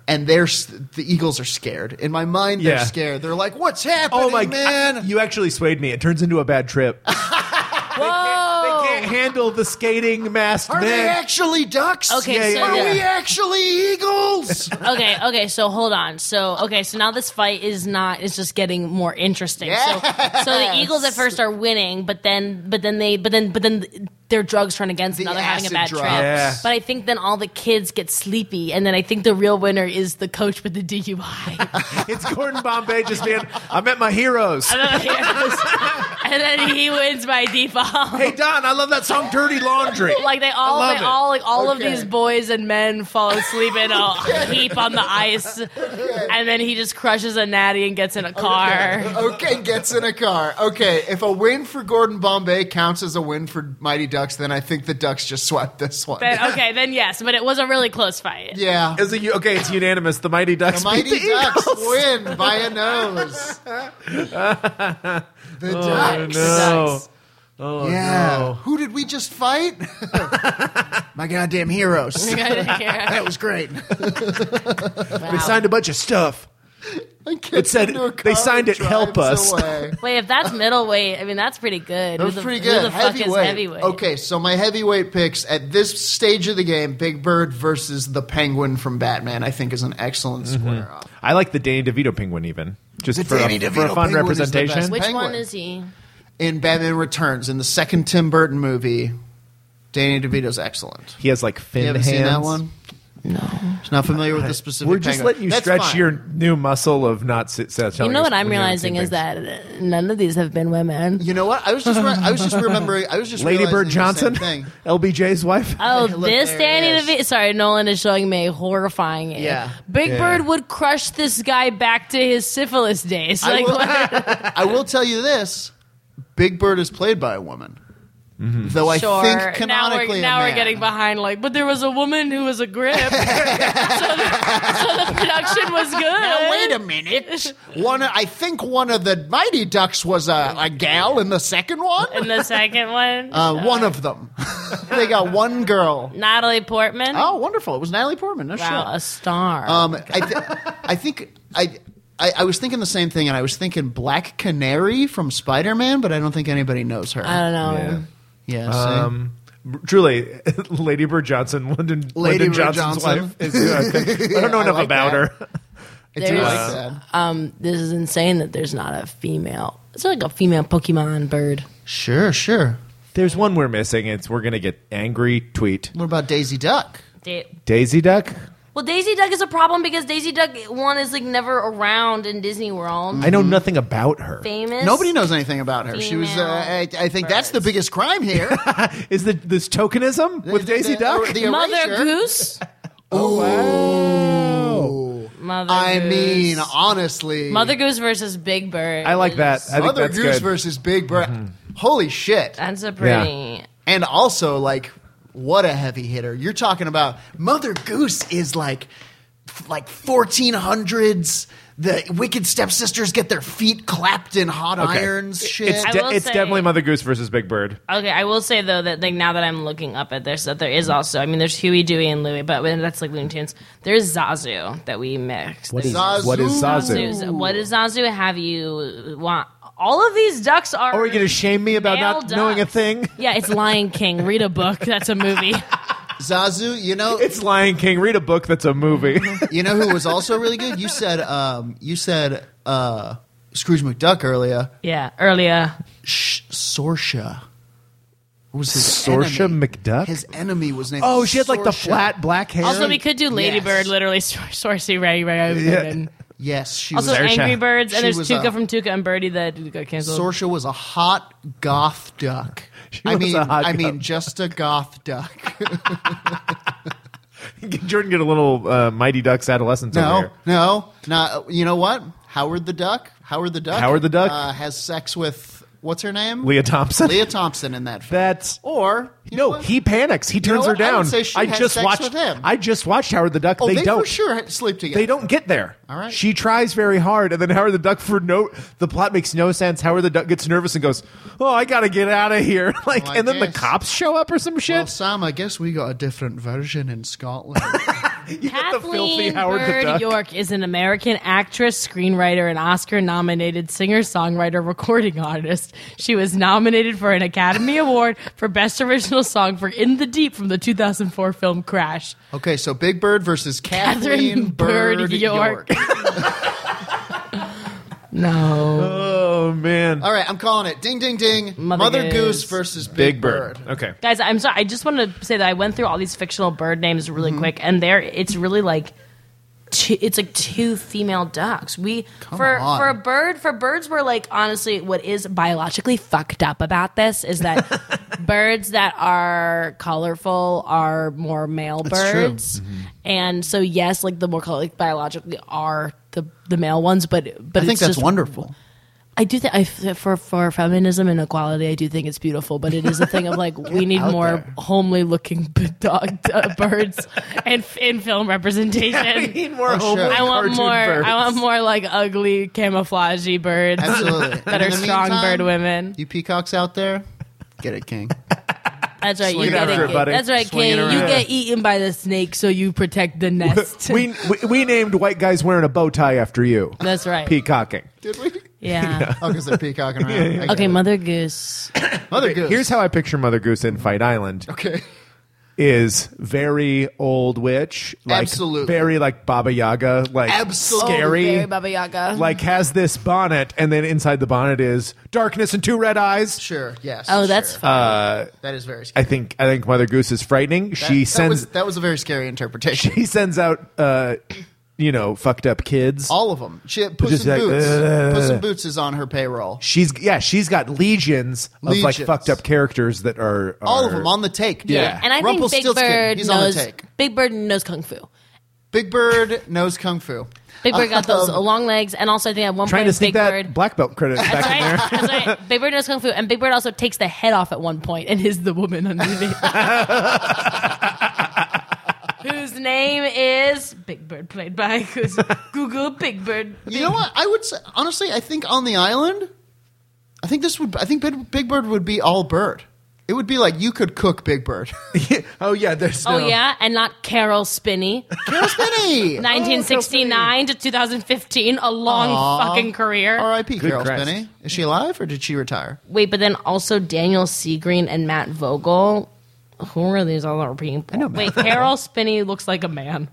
Speaker 4: and they're s- the Eagles are scared. In my mind, they're
Speaker 6: Uh-huh. Yeah.
Speaker 4: scared. They're like, "What's happening,
Speaker 6: Oh my
Speaker 4: man?"
Speaker 6: god! You actually swayed me. It turns into a bad trip. they, can't, they can't handle the skating masked
Speaker 4: are they
Speaker 6: men.
Speaker 4: actually ducks?
Speaker 3: Okay,
Speaker 6: Yeah, yeah,
Speaker 3: so
Speaker 4: Are
Speaker 3: yeah.
Speaker 4: we actually eagles?
Speaker 3: okay, okay, so hold on. So okay, so now this fight is not it's just getting more interesting. So so the Eagles at first are winning, but then but then they but then but then their drugs turn against them.
Speaker 4: The
Speaker 3: Now they're having a
Speaker 4: acid
Speaker 3: bad
Speaker 4: drops.
Speaker 3: trip.
Speaker 6: Yeah.
Speaker 3: But I think then all the kids get sleepy and then I think the real winner is the coach with the DUI.
Speaker 6: it's Gordon Bombay just being. I met my heroes.
Speaker 3: and then he wins by default.
Speaker 6: hey Don, I love that song, Dirty Laundry.
Speaker 3: Like they all,
Speaker 6: I love
Speaker 3: they
Speaker 6: it.
Speaker 3: all, like all
Speaker 4: Okay.
Speaker 3: of these boys and men fall asleep in a heap on the ice, and then he just crushes a natty and gets in a car.
Speaker 4: okay, gets in a car. Okay, if a win for Gordon Bombay counts as a win for Mighty Ducks, then I think the Ducks just swept this one.
Speaker 3: Then, okay, then yes, but it was a really close fight.
Speaker 4: yeah.
Speaker 6: Is it you- okay, it's unanimous. The Mighty Ducks.
Speaker 4: The
Speaker 6: beat
Speaker 4: Mighty
Speaker 6: the
Speaker 4: Ducks
Speaker 6: Eagles.
Speaker 4: win by a nose. The Ducks.
Speaker 6: Oh, No.
Speaker 4: yeah.
Speaker 6: Oh, no.
Speaker 4: Who did we just fight? My goddamn heroes.
Speaker 3: Yeah.
Speaker 4: That was great.
Speaker 6: They signed a bunch of stuff. It said- they signed it, "Help us."
Speaker 3: Wait, if that's middleweight, I mean that's pretty good.
Speaker 4: That
Speaker 3: Who
Speaker 4: was
Speaker 3: the-
Speaker 4: pretty
Speaker 3: Who
Speaker 4: good.
Speaker 3: the fuck
Speaker 4: heavyweight.
Speaker 3: is heavyweight?
Speaker 4: Okay, so my heavyweight picks at this stage of the game, Big Bird versus the Penguin from Batman, I think is an excellent
Speaker 5: Mm-hmm.
Speaker 4: square off.
Speaker 5: I like the Danny DeVito penguin even just
Speaker 4: The
Speaker 5: for a,
Speaker 4: Danny
Speaker 5: for a
Speaker 4: DeVito
Speaker 5: fun
Speaker 4: penguin is the best.
Speaker 5: representation.
Speaker 3: Which
Speaker 4: Penguin.
Speaker 3: one is he?
Speaker 4: In Batman Returns, in the second Tim Burton movie, Danny DeVito's excellent.
Speaker 5: He has like fin
Speaker 4: You ever
Speaker 5: hands.
Speaker 4: seen that one? No. Not familiar with the specific.
Speaker 5: We're just
Speaker 4: penguin.
Speaker 5: letting you
Speaker 4: That's
Speaker 5: stretch
Speaker 4: fine.
Speaker 5: your new muscle of not. sit- sit-
Speaker 3: You
Speaker 5: telling
Speaker 3: know
Speaker 5: us
Speaker 3: what I'm
Speaker 5: when you're on
Speaker 3: realizing
Speaker 5: team
Speaker 3: is
Speaker 5: things.
Speaker 3: that uh, none of these have been women.
Speaker 4: You know what? I was just. Re- I was just remembering. I was just.
Speaker 5: Lady
Speaker 4: realizing
Speaker 5: Bird
Speaker 4: the
Speaker 5: Johnson,
Speaker 4: same Thing.
Speaker 5: LBJ's wife.
Speaker 3: Oh,
Speaker 4: look,
Speaker 3: this
Speaker 4: there it
Speaker 3: Danny
Speaker 4: is.
Speaker 3: DeVito. Sorry, Nolan is showing me a horrifying. image.
Speaker 4: Yeah.
Speaker 3: Big Bird would crush this guy back to his syphilis days.
Speaker 4: I
Speaker 3: Like,
Speaker 4: will-
Speaker 3: what-
Speaker 4: I will tell you this: Big Bird is played by a woman, though I
Speaker 3: sure.
Speaker 4: think canonically
Speaker 3: now
Speaker 4: a
Speaker 3: we're, now
Speaker 4: man.
Speaker 3: we're getting behind. Like, but there was a woman who was a grip, so, the, so the production was good.
Speaker 4: Now, wait a minute. One, I think one of the Mighty Ducks was a, a gal in the second one.
Speaker 3: In the second one,
Speaker 4: Uh, one of them. they got one girl.
Speaker 3: Natalie Portman.
Speaker 4: Oh, wonderful! It was Natalie Portman. No
Speaker 3: Wow,
Speaker 4: shit.
Speaker 3: a star.
Speaker 4: Um, I, th- I think I, I I was thinking the same thing, and I was thinking Black Canary from Spider Man, but I don't think anybody knows her.
Speaker 3: I don't know.
Speaker 5: Yeah.
Speaker 4: yeah. see?
Speaker 5: Truly, Lady Bird Johnson, Lyndon,
Speaker 4: Lady
Speaker 5: Lyndon
Speaker 4: Bird
Speaker 5: Johnson's
Speaker 4: Johnson.
Speaker 5: wife. Is, who I, think- I don't know
Speaker 4: I
Speaker 5: enough
Speaker 4: like
Speaker 5: about
Speaker 4: that.
Speaker 5: her.
Speaker 4: I do
Speaker 3: there's-
Speaker 4: like that.
Speaker 3: Um, this is insane that there's not a female. It's like a female Pokemon bird.
Speaker 4: Sure, sure.
Speaker 5: There's one we're missing. It's we're gonna get angry tweet.
Speaker 4: What about Daisy Duck?
Speaker 5: Daisy Duck.
Speaker 3: Well, Daisy Duck is a problem because Daisy Duck one is like never around in Disney World.
Speaker 5: I know
Speaker 4: Mm-hmm.
Speaker 5: nothing about her.
Speaker 3: Famous.
Speaker 4: Nobody knows anything about her. She was. Uh,
Speaker 3: Female
Speaker 4: I, I think that's the
Speaker 3: birds.
Speaker 4: biggest crime here.
Speaker 5: Is the, this tokenism with Daisy
Speaker 4: The-
Speaker 5: Duck?
Speaker 4: the- the
Speaker 3: Mother
Speaker 4: erasure.
Speaker 3: Goose.
Speaker 4: Oh.
Speaker 3: Mother.
Speaker 4: I
Speaker 3: Goose.
Speaker 4: mean, honestly,
Speaker 3: Mother Goose versus Big Bird.
Speaker 5: I like that. I think
Speaker 4: Mother
Speaker 5: that's
Speaker 4: Goose
Speaker 5: good. Mm-hmm.
Speaker 4: versus Big Bird. Holy shit!
Speaker 3: That's a pretty.
Speaker 4: And also, like, what a heavy hitter! You're talking about Mother Goose is like, f- like 1400s. The wicked stepsisters get their feet clapped in hot
Speaker 5: Okay.
Speaker 4: irons. Shit.
Speaker 5: It's,
Speaker 3: I
Speaker 5: de-
Speaker 3: will
Speaker 5: it's
Speaker 3: say-
Speaker 5: definitely Mother Goose versus Big Bird.
Speaker 3: Okay, I will say though that like now that I'm looking up at this, that there is also. I mean, there's Huey, Dewey, and Louie, but when- that's like Looney Tunes. There's Zazu that we mixed. What
Speaker 4: Zazu.
Speaker 5: What is Zazu?
Speaker 3: Zazu? What is Zazu? Have you? Want? All of these ducks are.
Speaker 5: Are we going to shame me about
Speaker 3: male
Speaker 5: not knowing a
Speaker 3: ducks.
Speaker 5: thing?
Speaker 3: Yeah, it's Lion King. Read a book. That's a movie.
Speaker 4: Zazu, you know,
Speaker 5: It's Lion King. Read a book that's a movie.
Speaker 4: you know who was also really good. You said, um, you said uh, Scrooge McDuck earlier.
Speaker 3: Yeah, earlier.
Speaker 4: Sh- Sorsha. Was his
Speaker 5: Saoirse
Speaker 4: enemy.
Speaker 5: McDuck?
Speaker 4: His enemy was named.
Speaker 5: oh, she had like the
Speaker 4: Saoirse.
Speaker 5: flat black hair.
Speaker 3: Also, we could do Lady
Speaker 4: Yes.
Speaker 3: Bird, literally Sorcy Ray Ray Ray.
Speaker 4: Yes, she
Speaker 3: Also,
Speaker 4: was.
Speaker 5: Saoirse.
Speaker 3: Angry Birds,
Speaker 4: She
Speaker 5: uh,
Speaker 3: and there's
Speaker 4: was
Speaker 3: Tuca
Speaker 4: a-
Speaker 3: from Tuca and Birdie that got canceled.
Speaker 4: Sorsha was a hot goth duck. I mean,
Speaker 5: a hot
Speaker 4: I
Speaker 5: goth.
Speaker 4: mean, just a goth duck.
Speaker 5: Jordan get a little uh, Mighty Ducks adolescence over
Speaker 4: No,
Speaker 5: here.
Speaker 4: no, not. You know what? Howard the Duck. Howard the Duck.
Speaker 5: Howard the Duck.
Speaker 4: uh, has sex with what's her name?
Speaker 5: Leah Thompson.
Speaker 4: Leah Thompson in that. Film.
Speaker 5: That's
Speaker 4: or you know
Speaker 5: no.
Speaker 4: what?
Speaker 5: He panics. He turns
Speaker 4: know
Speaker 5: her
Speaker 4: what? I
Speaker 5: down.
Speaker 4: would say she had
Speaker 5: just
Speaker 4: sex
Speaker 5: watched.
Speaker 4: with him.
Speaker 5: I just watched Howard the Duck.
Speaker 4: Oh, they,
Speaker 5: don't.
Speaker 4: for sure sleep together.
Speaker 5: They don't get there.
Speaker 4: All right.
Speaker 5: She tries very hard, and then Howard the Duck for no. The plot makes no sense. Howard the Duck gets nervous and goes, "Oh, I gotta get out of here!" Like,
Speaker 4: Well, I
Speaker 5: and then the
Speaker 4: guess.
Speaker 5: cops show up or some shit.
Speaker 4: Well, Sam, I guess we got a different version in Scotland.
Speaker 5: You get the filthy
Speaker 3: Kathleen
Speaker 5: Howard the
Speaker 3: Bird
Speaker 5: Duck.
Speaker 3: York is an American actress, screenwriter, and Oscar nominated singer songwriter recording artist. She was nominated for an Academy Award for Best Original Song for In the Deep from the 2004 film Crash.
Speaker 4: okay, so Big Bird versus Kathleen
Speaker 3: Catherine
Speaker 4: Bird,
Speaker 3: Bird
Speaker 4: York.
Speaker 3: York. No.
Speaker 5: Oh man,
Speaker 4: All right, I'm calling it. Ding, ding, ding. Mother,
Speaker 3: Mother
Speaker 4: Goose.
Speaker 3: Goose.
Speaker 4: versus Big,
Speaker 5: Big
Speaker 4: Bird.
Speaker 5: Bird. Okay.
Speaker 3: Guys, I'm sorry. I just want to say that I went through all these fictional bird names really
Speaker 4: Mm-hmm.
Speaker 3: quick, and there it's really like. Two, it's like two female ducks. We for
Speaker 4: on.
Speaker 3: for a bird for birds we're like honestly what is biologically fucked up about this is that birds that are colorful are more male
Speaker 4: That's true. Mm-hmm.
Speaker 3: birds, and so yes, like the more color like biologically are the the male ones, but but
Speaker 4: I think
Speaker 3: it's
Speaker 4: that's
Speaker 3: just-
Speaker 4: wonderful.
Speaker 3: I do think I, for for feminism and equality, I do think it's beautiful, but it is a thing of like we need
Speaker 4: out
Speaker 3: more
Speaker 4: there.
Speaker 3: homely looking b- dog uh, birds and f- in film
Speaker 5: we
Speaker 3: representation.
Speaker 5: need more
Speaker 4: Oh,
Speaker 5: homely
Speaker 4: sure.
Speaker 3: I want
Speaker 5: cartoon
Speaker 3: more.
Speaker 5: birds.
Speaker 3: I want more like ugly camouflagey birds
Speaker 4: Absolutely.
Speaker 3: that
Speaker 4: And in
Speaker 3: are
Speaker 4: the
Speaker 3: strong
Speaker 4: meantime,
Speaker 3: bird women.
Speaker 4: You peacocks out there, get it, King.
Speaker 3: That's right. You
Speaker 4: swing it
Speaker 3: get
Speaker 4: around,
Speaker 3: it.
Speaker 5: buddy.
Speaker 3: That's right,
Speaker 4: Swing it
Speaker 3: King. You
Speaker 4: around.
Speaker 3: get eaten by the snake, so you protect the nest.
Speaker 5: we, we we named white guys wearing a bow tie after you.
Speaker 3: That's right.
Speaker 5: Peacocking.
Speaker 4: Did we?
Speaker 3: yeah.
Speaker 4: Oh, because they're peacocking around. I get
Speaker 3: Okay,
Speaker 4: it.
Speaker 3: Mother Goose.
Speaker 4: Mother Goose.
Speaker 5: Here's how I picture Mother Goose in Fight Island.
Speaker 4: Okay.
Speaker 5: is very old witch, like
Speaker 4: Absolutely.
Speaker 5: very like Baba Yaga, like
Speaker 4: Absolutely.
Speaker 5: scary,
Speaker 3: Baba Yaga.
Speaker 4: Um,
Speaker 5: like has this bonnet, and then inside the bonnet is darkness and two red eyes.
Speaker 4: Sure. Yes.
Speaker 3: Oh, that's
Speaker 4: sure.
Speaker 3: fun.
Speaker 4: that is very scary.
Speaker 5: I think I think Mother Goose is frightening. she
Speaker 4: that, that
Speaker 5: sends
Speaker 4: was, that was a very scary interpretation.
Speaker 5: he sends out uh, you know fucked up kids.
Speaker 4: All of them. She, Puss
Speaker 5: Just
Speaker 4: in
Speaker 5: like,
Speaker 4: Boots.
Speaker 5: uh,
Speaker 4: Puss in Boots is on her payroll.
Speaker 5: she's yeah, she's got legions, of like
Speaker 4: Legions.
Speaker 5: fucked up characters that are, are
Speaker 4: All of them on the take. Dude.
Speaker 5: Yeah.
Speaker 3: And I think Big
Speaker 4: Rumpelstiltskin,
Speaker 3: Bird
Speaker 4: he's
Speaker 3: knows
Speaker 4: on the take.
Speaker 3: Big Bird knows kung fu.
Speaker 4: Big Bird knows kung fu.
Speaker 3: Big Bird got those
Speaker 4: Um,
Speaker 3: long legs, and also I think at one
Speaker 5: trying
Speaker 3: point
Speaker 5: to sneak
Speaker 3: Big
Speaker 5: that
Speaker 3: Bird.
Speaker 5: black belt credit
Speaker 3: that's
Speaker 5: back in there.
Speaker 3: right. That's right. Big Bird knows kung fu, and Big Bird also takes the head off at one point, and is the woman underneath. Whose name is Big Bird, played by who's Google Big Bird.
Speaker 4: You know what? I would say honestly, I think on the island, I think this would. I think Big Big Bird would be all bird. It would be like you could cook Big Bird.
Speaker 5: oh yeah, there's
Speaker 3: Oh
Speaker 5: no-
Speaker 3: yeah, and not Carol Spinney.
Speaker 4: Carol Spinney.
Speaker 3: 1969 to 2015, a long fucking career.
Speaker 4: R.I.P. Carol
Speaker 5: Christ.
Speaker 4: Spinney. Is she alive or did she retire?
Speaker 3: Wait, but then also Daniel Seagreen and Matt Vogel. Who are these other people? I know Wait, Carol Spinney looks like a man.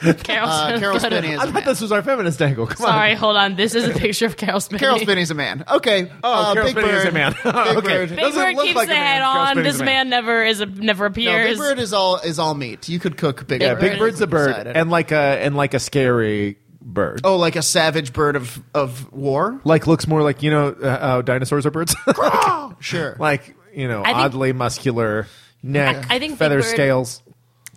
Speaker 3: Carol,
Speaker 4: Uh, Carol Spinney is
Speaker 5: I
Speaker 4: a
Speaker 5: thought
Speaker 4: man.
Speaker 5: this was our feminist angle. Come on.
Speaker 3: Sorry, hold on. This is a picture of Carol Spinney.
Speaker 4: Carol Spinney's a man. Okay.
Speaker 5: Oh,
Speaker 4: uh,
Speaker 5: Carol
Speaker 4: Big
Speaker 5: Spinney
Speaker 4: Bird.
Speaker 5: is a man.
Speaker 4: Big
Speaker 5: Okay.
Speaker 4: Bird.
Speaker 3: Big
Speaker 5: Doesn't
Speaker 3: Bird
Speaker 5: look
Speaker 3: keeps
Speaker 5: like
Speaker 3: the
Speaker 5: a man.
Speaker 3: head
Speaker 5: Carol
Speaker 3: on.
Speaker 5: Spinney's
Speaker 3: This
Speaker 5: a
Speaker 3: man.
Speaker 5: man.
Speaker 3: never is a, never
Speaker 4: No,
Speaker 3: appears.
Speaker 4: Big Bird is all is all meat. You could cook Big
Speaker 3: Yeah,
Speaker 4: Bird.
Speaker 5: Big Bird's a bird,
Speaker 4: Decided.
Speaker 5: and like a and like a scary bird.
Speaker 4: oh, like a savage bird of of war.
Speaker 5: Like looks more like you know uh, how dinosaurs are birds.
Speaker 4: Sure.
Speaker 5: like you know,
Speaker 3: think-
Speaker 5: oddly muscular neck,
Speaker 3: I- I think Big
Speaker 5: feather
Speaker 3: Bird-
Speaker 5: scales.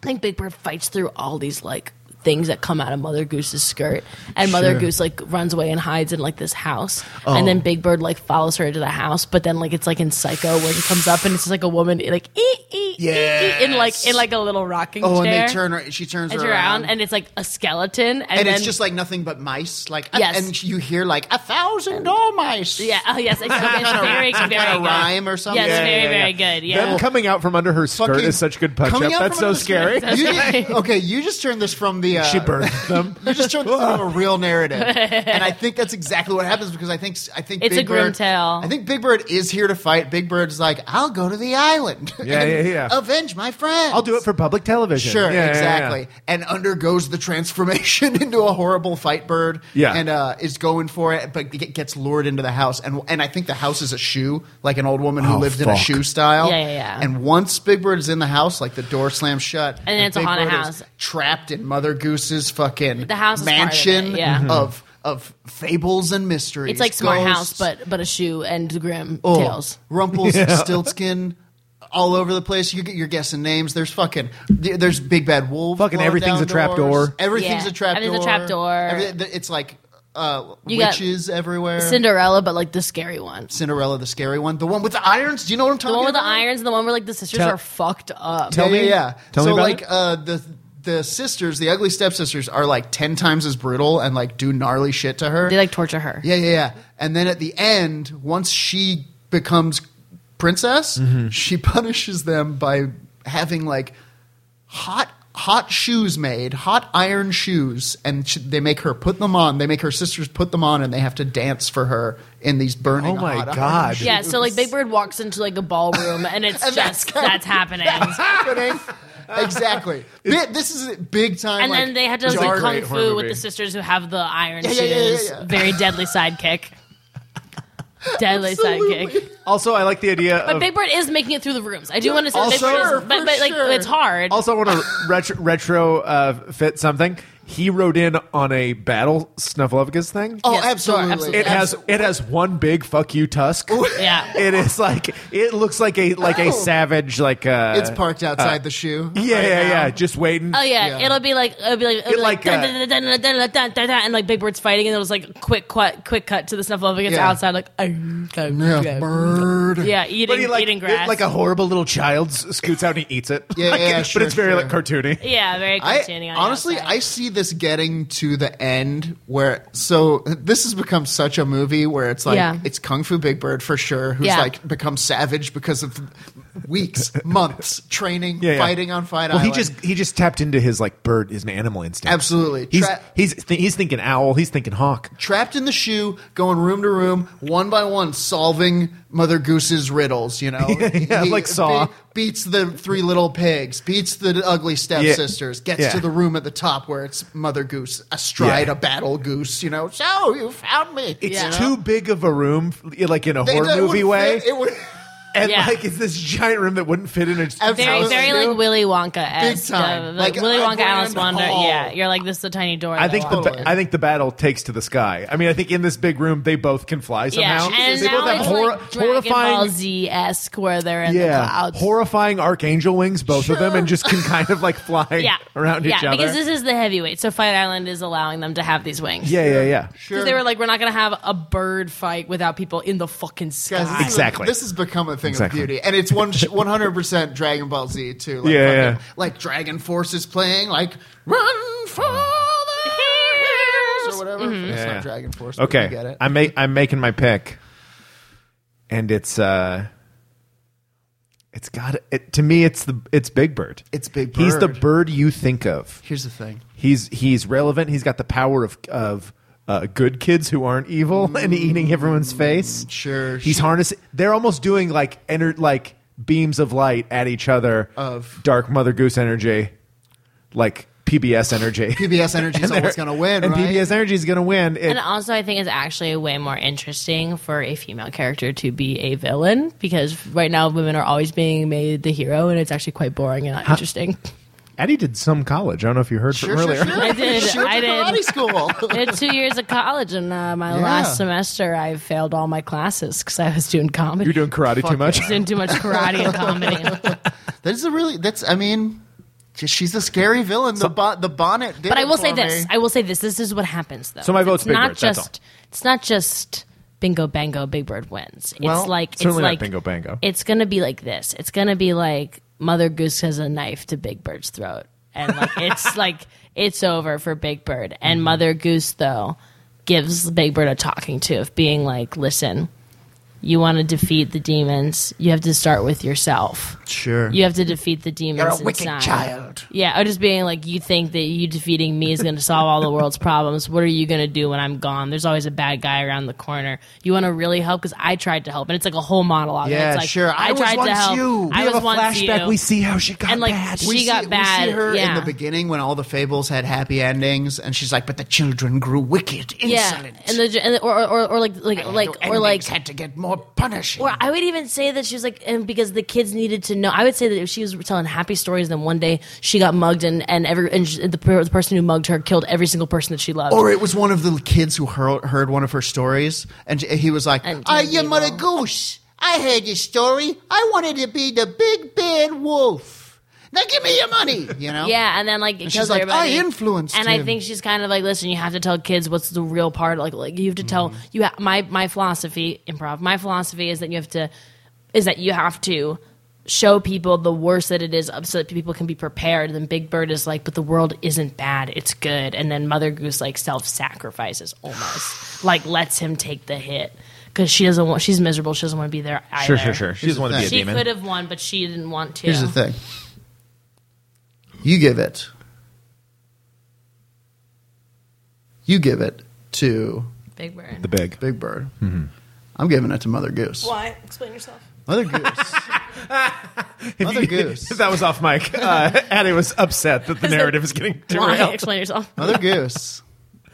Speaker 3: I think Big Bird fights through all these like things that come out of Mother Goose's skirt, and Mother Goose like runs away and hides in like this house,
Speaker 4: Oh.
Speaker 3: and then Big Bird like follows her into the house, but then like it's like in Psycho where he comes up and it's just like a woman like ee, ee, ee, ee, in like in like a little rocking
Speaker 4: Oh,
Speaker 3: chair.
Speaker 4: and they turn. her- She turns
Speaker 3: and
Speaker 4: her
Speaker 3: turn around,
Speaker 4: around
Speaker 3: and it's like a skeleton, and,
Speaker 4: and
Speaker 3: then,
Speaker 4: it's just like nothing but mice. Like uh,
Speaker 3: Yes.
Speaker 4: and you hear like a thousand dormice.
Speaker 3: yeah, oh yes, exactly. it's very,
Speaker 4: some
Speaker 3: very
Speaker 4: kind of
Speaker 3: good.
Speaker 4: rhyme or something.
Speaker 3: Yes,
Speaker 4: Yeah,
Speaker 3: very,
Speaker 5: yeah,
Speaker 3: very
Speaker 5: yeah.
Speaker 3: good. Yeah,
Speaker 5: Them coming out from under her skirt
Speaker 4: Fucking-
Speaker 5: is such good punch up.
Speaker 4: coming out
Speaker 5: That's
Speaker 4: from
Speaker 5: so
Speaker 4: under the
Speaker 5: scary.
Speaker 4: You did, okay, you just turned this from the. Uh,
Speaker 5: she burned them.
Speaker 4: You just turned this into a real narrative, and I think that's exactly what happens because I think I think
Speaker 3: It's
Speaker 4: Big
Speaker 3: a grim
Speaker 4: Bird-
Speaker 3: tale.
Speaker 4: I think Big Bird is here to fight. Big Bird's like, I'll go to the island.
Speaker 5: Yeah,
Speaker 4: and
Speaker 5: yeah, yeah.
Speaker 4: Avenge my friend.
Speaker 5: I'll do it for public television.
Speaker 4: Sure,
Speaker 5: Yeah, yeah, yeah.
Speaker 4: exactly. And undergoes the transformation into a horrible fight bird.
Speaker 5: Yeah.
Speaker 4: And uh, is going for it, but get- gets lured into the house. And and I think the house is a shoe, like an old woman who
Speaker 5: Oh,
Speaker 4: lived in a
Speaker 5: fuck.
Speaker 4: shoe style.
Speaker 3: Yeah, yeah, yeah.
Speaker 4: And once Big Bird is in the house, like the door slams shut.
Speaker 3: then it's a
Speaker 4: Big
Speaker 3: haunted
Speaker 4: Bird is
Speaker 3: house.
Speaker 4: Trapped in Mother Goose's fucking
Speaker 3: The house is part of
Speaker 4: mansion
Speaker 3: it, yeah. Mhm.
Speaker 4: of of fables and mysteries.
Speaker 3: It's like Smart House,
Speaker 4: ghosts,
Speaker 3: but but a shoe and grim
Speaker 4: Oh,
Speaker 3: tails.
Speaker 4: Rumpelstiltskin all over the place. You get you're guessing names. There's fucking there's big bad wolf.
Speaker 5: Fucking
Speaker 4: blowing
Speaker 5: everything's
Speaker 4: down
Speaker 5: a trap
Speaker 4: doors.
Speaker 5: door.
Speaker 4: Everything's
Speaker 3: Yeah,
Speaker 4: a trap
Speaker 3: everything's a
Speaker 4: door.
Speaker 3: trap door.
Speaker 4: Everything- it's like uh,
Speaker 3: You got
Speaker 4: witches everywhere.
Speaker 3: Cinderella, but like the scary one.
Speaker 4: Cinderella, the scary one, the one with the irons. Do you know what I'm talking
Speaker 3: The one with the
Speaker 4: about?
Speaker 3: irons and the one where like the sisters
Speaker 5: Tell-
Speaker 3: are fucked up.
Speaker 5: Tell
Speaker 4: yeah,
Speaker 5: me-
Speaker 4: yeah. yeah.
Speaker 5: tell me
Speaker 4: so
Speaker 5: about
Speaker 4: like
Speaker 5: it.
Speaker 4: uh, the the sisters, the ugly stepsisters, are like ten times as brutal and like do gnarly shit to her.
Speaker 3: they like torture her.
Speaker 4: Yeah, yeah, yeah. And then at the end, once she becomes princess, she punishes them by having like hot hot shoes made, hot iron shoes, and sh they make her put them on. They make her sisters put them on, and they have to dance for her in these burning.
Speaker 6: Oh my
Speaker 4: hot iron
Speaker 6: God.
Speaker 4: shoes.
Speaker 3: Yeah, so like Big Bird walks into like a ballroom and it's
Speaker 4: And that's
Speaker 3: just
Speaker 4: kinda-
Speaker 3: that's happening.
Speaker 4: happening. exactly. Bi- this is big time.
Speaker 3: And
Speaker 4: like,
Speaker 3: then they had to do
Speaker 4: dark-
Speaker 6: horror
Speaker 3: kung fu with
Speaker 6: movie.
Speaker 3: the sisters who have the iron
Speaker 4: Yeah,
Speaker 3: shoes.
Speaker 4: yeah, yeah, yeah, yeah.
Speaker 3: Very deadly sidekick. deadly sidekick.
Speaker 6: Also, I like the idea
Speaker 3: But
Speaker 6: of.
Speaker 3: Big Bird is making it through the rooms. I do want to say Big
Speaker 6: Also-
Speaker 3: Bird
Speaker 6: Sure,
Speaker 3: is, but, but like
Speaker 4: sure.
Speaker 3: it's hard.
Speaker 5: also want to retro, retro uh, fit something. He wrote in on a battle snuffleupagus thing.
Speaker 4: Oh,
Speaker 3: Yes, sure,
Speaker 4: absolutely.
Speaker 3: absolutely.
Speaker 5: It has it has one big fuck you tusk.
Speaker 3: Yeah.
Speaker 5: It is like it looks like a like
Speaker 4: Oh.
Speaker 5: a savage like uh
Speaker 4: It's parked outside the shoe.
Speaker 5: yeah
Speaker 4: right
Speaker 5: yeah
Speaker 4: now.
Speaker 5: yeah just waiting.
Speaker 3: Oh yeah,
Speaker 4: Yeah.
Speaker 3: it'll be like it'll be like it'll be
Speaker 5: It
Speaker 3: like,
Speaker 5: like, uh,
Speaker 3: dun, dun, dun, dun, dun, dun, dun, dun, dun, and like Big Bird's fighting, and it was like quick cut, quick cut to the snuffleupagus
Speaker 4: Yeah.
Speaker 3: outside, like yeah,
Speaker 4: Yeah, bird.
Speaker 3: yeah eating
Speaker 5: But he like
Speaker 3: eating
Speaker 5: it-
Speaker 3: grass,
Speaker 5: like a horrible little child s- scoots out and he eats it.
Speaker 4: Yeah,
Speaker 5: Like,
Speaker 4: yeah, sure,
Speaker 5: but it's very
Speaker 4: sure.
Speaker 5: like cartoony.
Speaker 3: yeah, very
Speaker 4: I
Speaker 3: cartoony. on the
Speaker 4: honestly,
Speaker 3: outside.
Speaker 4: I see this getting to the end where so this has become such a movie where it's like
Speaker 3: Yeah.
Speaker 4: it's Kung Fu Big Bird for sure, who's
Speaker 3: Yeah.
Speaker 4: like become savage because of weeks, months training,
Speaker 5: Yeah, yeah.
Speaker 4: fighting on Fight
Speaker 5: Well,
Speaker 4: Island.
Speaker 5: he just he just tapped into his like bird is an animal instinct.
Speaker 4: Absolutely.
Speaker 5: He's
Speaker 4: Tra-
Speaker 5: he's th- he's thinking owl. He's thinking hawk.
Speaker 4: trapped in the shoe, going room to room, one by one, solving Mother Goose's riddles. You know,
Speaker 5: yeah, like Saw.
Speaker 4: be- beats the three little pigs, beats the ugly stepsisters, gets
Speaker 5: Yeah.
Speaker 4: to the room at the top where it's Mother Goose astride
Speaker 5: Yeah.
Speaker 4: a battle goose. You know, so you found me.
Speaker 5: It's
Speaker 3: Yeah.
Speaker 5: too big of a room, f- like in a
Speaker 4: They-
Speaker 5: horror
Speaker 4: that would
Speaker 5: movie
Speaker 4: fit-
Speaker 5: way,
Speaker 4: It would
Speaker 5: and
Speaker 3: Yeah.
Speaker 5: like it's this giant room that wouldn't fit in a
Speaker 3: very
Speaker 4: Alice
Speaker 3: very
Speaker 4: Shoe?
Speaker 3: like Willy Wonka esque,
Speaker 4: Big time.
Speaker 3: like,
Speaker 4: Like
Speaker 3: Willy
Speaker 4: a
Speaker 3: Wonka Alice
Speaker 4: grand
Speaker 3: Wonder.
Speaker 4: hall.
Speaker 3: Yeah, you're like this is a tiny door.
Speaker 5: I
Speaker 3: that
Speaker 5: think the
Speaker 3: opens.
Speaker 5: ba- I think the battle takes to the sky. I mean, I think in this big room they both can fly
Speaker 3: yeah,
Speaker 5: somehow.
Speaker 3: and
Speaker 5: they
Speaker 3: now
Speaker 5: both have
Speaker 3: it's
Speaker 5: hor-
Speaker 3: like Dragon Ball
Speaker 5: horrifying,
Speaker 3: Z esque where they're in the
Speaker 5: yeah,
Speaker 3: clouds.
Speaker 5: horrifying archangel wings, both of them, and just can kind of like fly
Speaker 3: yeah,
Speaker 5: around
Speaker 3: yeah,
Speaker 5: each other.
Speaker 3: because this is the heavyweight, so Fight Island is allowing them to have these wings.
Speaker 5: yeah, yeah, yeah.
Speaker 3: Because they were like, we're not gonna have a bird fight without people in the fucking sky.
Speaker 4: Guys, this is-
Speaker 5: Exactly.
Speaker 4: this has become a thing
Speaker 5: Exactly.
Speaker 4: of beauty, and it's one one hundred percent Dragon Ball Z too. Like
Speaker 5: Yeah,
Speaker 4: fucking-
Speaker 5: yeah.
Speaker 4: Like Dragon Force is playing, like Run for the Hills or whatever.
Speaker 3: Mm-hmm.
Speaker 4: It's
Speaker 5: Yeah,
Speaker 4: not
Speaker 5: yeah.
Speaker 4: Dragon Force. but you get
Speaker 5: Okay,
Speaker 4: it.
Speaker 5: I'm ma- I'm making my pick, and it's uh, it's got it to me. It's the it's Big Bird.
Speaker 4: It's Big
Speaker 5: He's the
Speaker 4: Bird.
Speaker 5: bird you think of.
Speaker 4: Here's the thing.
Speaker 5: He's he's relevant. He's got the power of of uh, good kids who aren't evil and eating everyone's face.
Speaker 4: Mm, sure,
Speaker 5: He's
Speaker 4: sure.
Speaker 5: harnessing. They're almost doing like enter like beams of light at each other
Speaker 4: Of-
Speaker 5: dark mother goose energy, like PBS energy.
Speaker 4: PBS Energy is
Speaker 5: And
Speaker 4: always
Speaker 5: they're-
Speaker 4: going to win,
Speaker 5: and
Speaker 4: right?
Speaker 5: PBS energy is going to win. It-
Speaker 3: And also, I think it's actually way more interesting for a female character to be a villain because right now women are always being made the hero, and it's actually quite boring and not interesting.
Speaker 5: Addie did some college. I don't know if you heard
Speaker 4: Sure, sure,
Speaker 5: from earlier.
Speaker 4: sure.
Speaker 3: I did,
Speaker 4: She went
Speaker 3: I
Speaker 4: to
Speaker 3: did.
Speaker 4: karate school.
Speaker 3: I had two years of college, and uh, my last semester I failed all my classes because I was doing comedy.
Speaker 5: You're doing karate too much.
Speaker 3: I was doing too much karate and comedy.
Speaker 4: that's a really. That's. I mean, just, she's a scary villain. The bo- the bonnet. Did
Speaker 3: But I
Speaker 4: it
Speaker 3: will say
Speaker 4: for
Speaker 3: this:
Speaker 4: me.
Speaker 3: I will say this. This is what happens, though.
Speaker 5: So my vote's
Speaker 3: it's
Speaker 5: Big
Speaker 3: not
Speaker 5: Bird, that's
Speaker 3: just. It's not just bingo bango. Big Bird wins.
Speaker 4: Well,
Speaker 3: it's like it's
Speaker 5: certainly not
Speaker 3: like
Speaker 5: bingo bango.
Speaker 3: It's gonna be like this. It's gonna be like Mother Goose has a knife to Big Bird's throat, and like it's like it's over for Big Bird. And Mother Goose though gives Big Bird a talking to of being like, listen. You want to defeat the demons. You have to start with yourself.
Speaker 4: Sure.
Speaker 3: You have to defeat the demons.
Speaker 4: You're a wicked
Speaker 3: inside.
Speaker 4: child.
Speaker 3: Yeah, or just being like, you think that you defeating me is going to solve all the world's problems. What are you going to do when I'm gone? There's always a bad guy around the corner. You want to really help because I tried to help, and it's like a whole monologue. and
Speaker 4: Yeah,
Speaker 3: it's like,
Speaker 4: sure. I was
Speaker 3: tried to
Speaker 4: once
Speaker 3: help.
Speaker 4: you. We
Speaker 3: I was once you.
Speaker 5: see how she got
Speaker 3: And, like,
Speaker 5: bad.
Speaker 3: she
Speaker 4: we
Speaker 3: got
Speaker 4: see,
Speaker 3: bad.
Speaker 4: We see her
Speaker 3: yeah.
Speaker 4: in the beginning when all the fables had happy endings, and she's like, "But the children grew wicked,
Speaker 3: yeah,
Speaker 4: insolent."
Speaker 3: and the and the, or, or or like like like
Speaker 4: no
Speaker 3: or like
Speaker 4: endings, had to get more punishing.
Speaker 3: Or I would even say that she was like, and because the kids needed to know. I would say that if she was telling happy stories, then one day she got mugged, and and every and she, the, per- the person who mugged her killed every single person that she loved.
Speaker 4: Or it was one of the kids who heard, heard one of her stories, and he was like,
Speaker 3: And
Speaker 4: "Are
Speaker 3: turned
Speaker 4: you mother
Speaker 3: evil.
Speaker 4: goose? I heard your story. I wanted to be the big bad wolf. Now give me your money." You know?
Speaker 3: yeah, and then like it
Speaker 4: she's
Speaker 3: kills
Speaker 4: like,
Speaker 3: everybody.
Speaker 4: "I influenced
Speaker 3: and I
Speaker 4: him."
Speaker 3: think she's kind of like, listen, you have to tell kids what's the real part. Like, like you have to tell
Speaker 4: Mm-hmm.
Speaker 3: you. Ha- my my philosophy, improv. My philosophy is that you have to, is that you have to show people the worst that it is, so that people can be prepared. And then Big Bird is like, but the world isn't bad; it's good. And then Mother Goose like self sacrifices almost, like lets him take the hit because she doesn't want. She's miserable. She doesn't want to be there. Either.
Speaker 5: Sure, sure, sure. She
Speaker 4: Here's
Speaker 5: doesn't
Speaker 4: the
Speaker 5: want to be a
Speaker 4: thing.
Speaker 3: She
Speaker 5: demon.
Speaker 3: could have won, but she didn't want to.
Speaker 4: Here's the thing. You give it. You give it to
Speaker 3: Big Bird.
Speaker 5: The big.
Speaker 4: Big Bird. I'm giving it to Mother Goose.
Speaker 3: Why? Explain yourself.
Speaker 4: Mother Goose. Mother Goose.
Speaker 5: that was off mic. Uh, Addie was upset that the
Speaker 3: Is it-
Speaker 5: narrative is getting
Speaker 3: Why?
Speaker 5: derailed.
Speaker 3: Explain yourself.
Speaker 4: Mother Goose. Oh,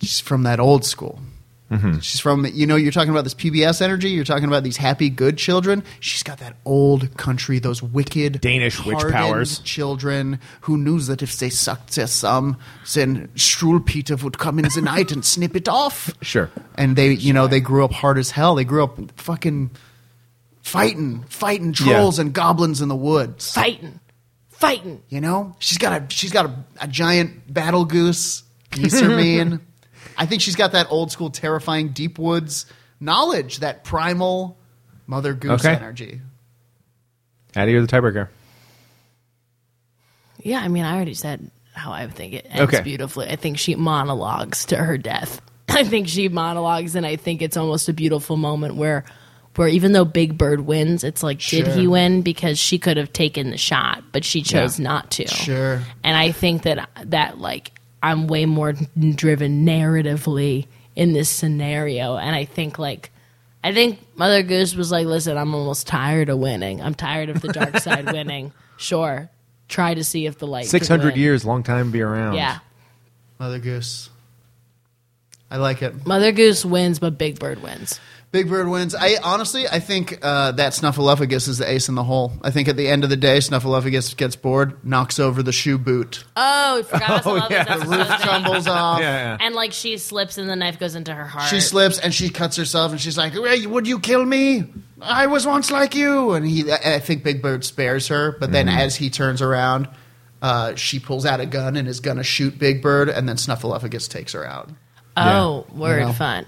Speaker 4: She's from that old school.
Speaker 5: Mm-hmm.
Speaker 4: She's from, you know, you're talking about this PBS energy. You're talking about these happy, good children. She's got that old country, those wicked
Speaker 5: Danish witch
Speaker 4: hardened
Speaker 5: powers.
Speaker 4: Children who knew that if they sucked their thumb, then Struhlpeter would come in the night and snip it off.
Speaker 5: Sure.
Speaker 4: And they, you know, they grew up hard as hell. They grew up fucking fighting, fighting
Speaker 5: Yeah.
Speaker 4: trolls and goblins in the woods.
Speaker 3: Fighting. Fighting.
Speaker 4: You know, she's got a she's got a, a giant battle goose. Geese are mean. I think she's got that old school, terrifying deep woods knowledge, that primal mother goose
Speaker 5: Okay.
Speaker 4: energy.
Speaker 5: Addie, you're the tiebreaker.
Speaker 3: Yeah, I mean, I already said how I think it ends
Speaker 5: Okay.
Speaker 3: beautifully. I think she monologues to her death. I think she monologues, and I think it's almost a beautiful moment where, where even though Big Bird wins, it's like, did he win? Because she could have taken the shot, but she chose not to.
Speaker 4: Sure.
Speaker 3: And I think that that like I'm way more driven narratively in this scenario, and I think like. I think Mother Goose was like, "Listen, I'm almost tired of winning. I'm tired of the dark side winning. Sure, try to see if the light." could
Speaker 5: 600
Speaker 3: win."
Speaker 5: years, long time to be around.
Speaker 3: Yeah,
Speaker 4: Mother goose. I like it.
Speaker 3: Mother Goose wins, but Big Bird wins.
Speaker 4: Big Bird wins. I honestly, I think uh, that Snuffleupagus is the ace in the hole. I think at the end of the day, Snuffleupagus gets bored, knocks over the shoe boot,
Speaker 3: Oh, I forgot us about
Speaker 5: yeah.
Speaker 3: this
Speaker 4: roof
Speaker 3: episode.
Speaker 4: tumbles off.
Speaker 5: Yeah, yeah.
Speaker 3: And like she slips, and the knife goes into her heart.
Speaker 4: She slips and she cuts herself, and she's like, "Hey, "Would you kill me? I was once like you." And he, I I think Big Bird spares her, but then as he turns around, uh, she pulls out a gun and is gonna shoot Big Bird, and then Snuffleupagus takes her out.
Speaker 3: Oh, word
Speaker 4: Yeah.
Speaker 3: fun.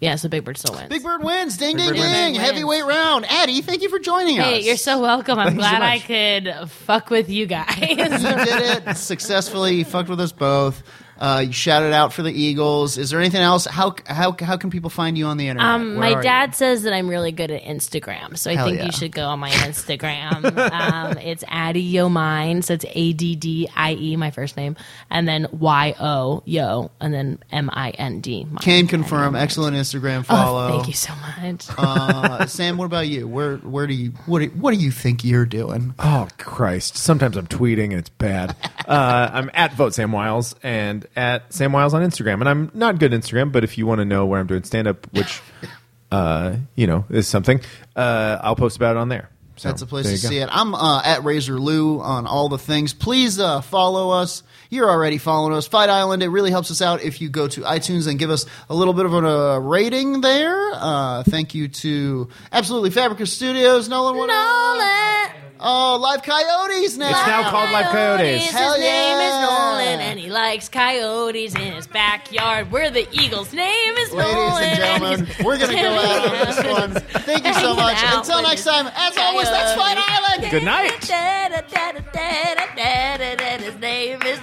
Speaker 3: Yeah, so Big Bird still wins.
Speaker 4: Big Bird wins! Ding, ding,
Speaker 3: wins.
Speaker 4: ding!
Speaker 3: Wins.
Speaker 4: Heavyweight round. Addie, thank you for joining us.
Speaker 3: Hey, you're so welcome. I'm
Speaker 5: you so
Speaker 3: glad I
Speaker 5: much.
Speaker 3: could fuck with you guys.
Speaker 4: you did it successfully. You fucked with us both. Uh, you shouted out for the Eagles. Is there anything else? How how how can people find you on the internet?
Speaker 3: Um,
Speaker 4: Where are
Speaker 3: my
Speaker 4: you?
Speaker 3: dad says that I'm really good at Instagram, so I
Speaker 4: Hell
Speaker 3: think
Speaker 4: yeah.
Speaker 3: you should go on my Instagram. um, it's Addie Yo Mine, so it's A D D I E, my first name, and then Y O Yo, and then M I N D. mine.
Speaker 4: can confirm. Excellent Instagram follow.
Speaker 3: Oh, thank you so much.
Speaker 4: uh, Sam, what about you? Where where do you what do- what do you think you're doing?
Speaker 5: Oh Christ! Sometimes I'm tweeting and it's bad. uh, I'm at vote Sam Wiles and at Sam Wiles on Instagram, and I'm not good at Instagram. But if you want to know where I'm doing stand up, which uh, you know is something, uh, I'll post about it on there. So,
Speaker 4: That's a place
Speaker 5: there
Speaker 4: to
Speaker 5: you go.
Speaker 4: see it. I'm uh, at Razor Lou on all the things. Please uh, follow us. You're already following us. Fight Island. It really helps us out if you go to iTunes and give us a little bit of a uh, rating there. Uh, thank you to Absolutely Fabricus Studios, Nolan. Wood-
Speaker 3: Nolan.
Speaker 4: Oh, Live Coyotes now.
Speaker 5: It's now called Live Coyotes.
Speaker 4: Hell
Speaker 3: His name
Speaker 4: yeah.
Speaker 3: is Nolan, and he likes coyotes in his backyard. We're the Eagles. Name is
Speaker 4: Ladies
Speaker 3: Nolan.
Speaker 4: and gentlemen, we're going to go out on this one. Thank you so
Speaker 3: Hanging
Speaker 4: much.
Speaker 3: out
Speaker 4: Until
Speaker 3: with
Speaker 4: next
Speaker 3: his
Speaker 4: time, as always, that's Fight Island.
Speaker 5: Good night.
Speaker 3: And his name is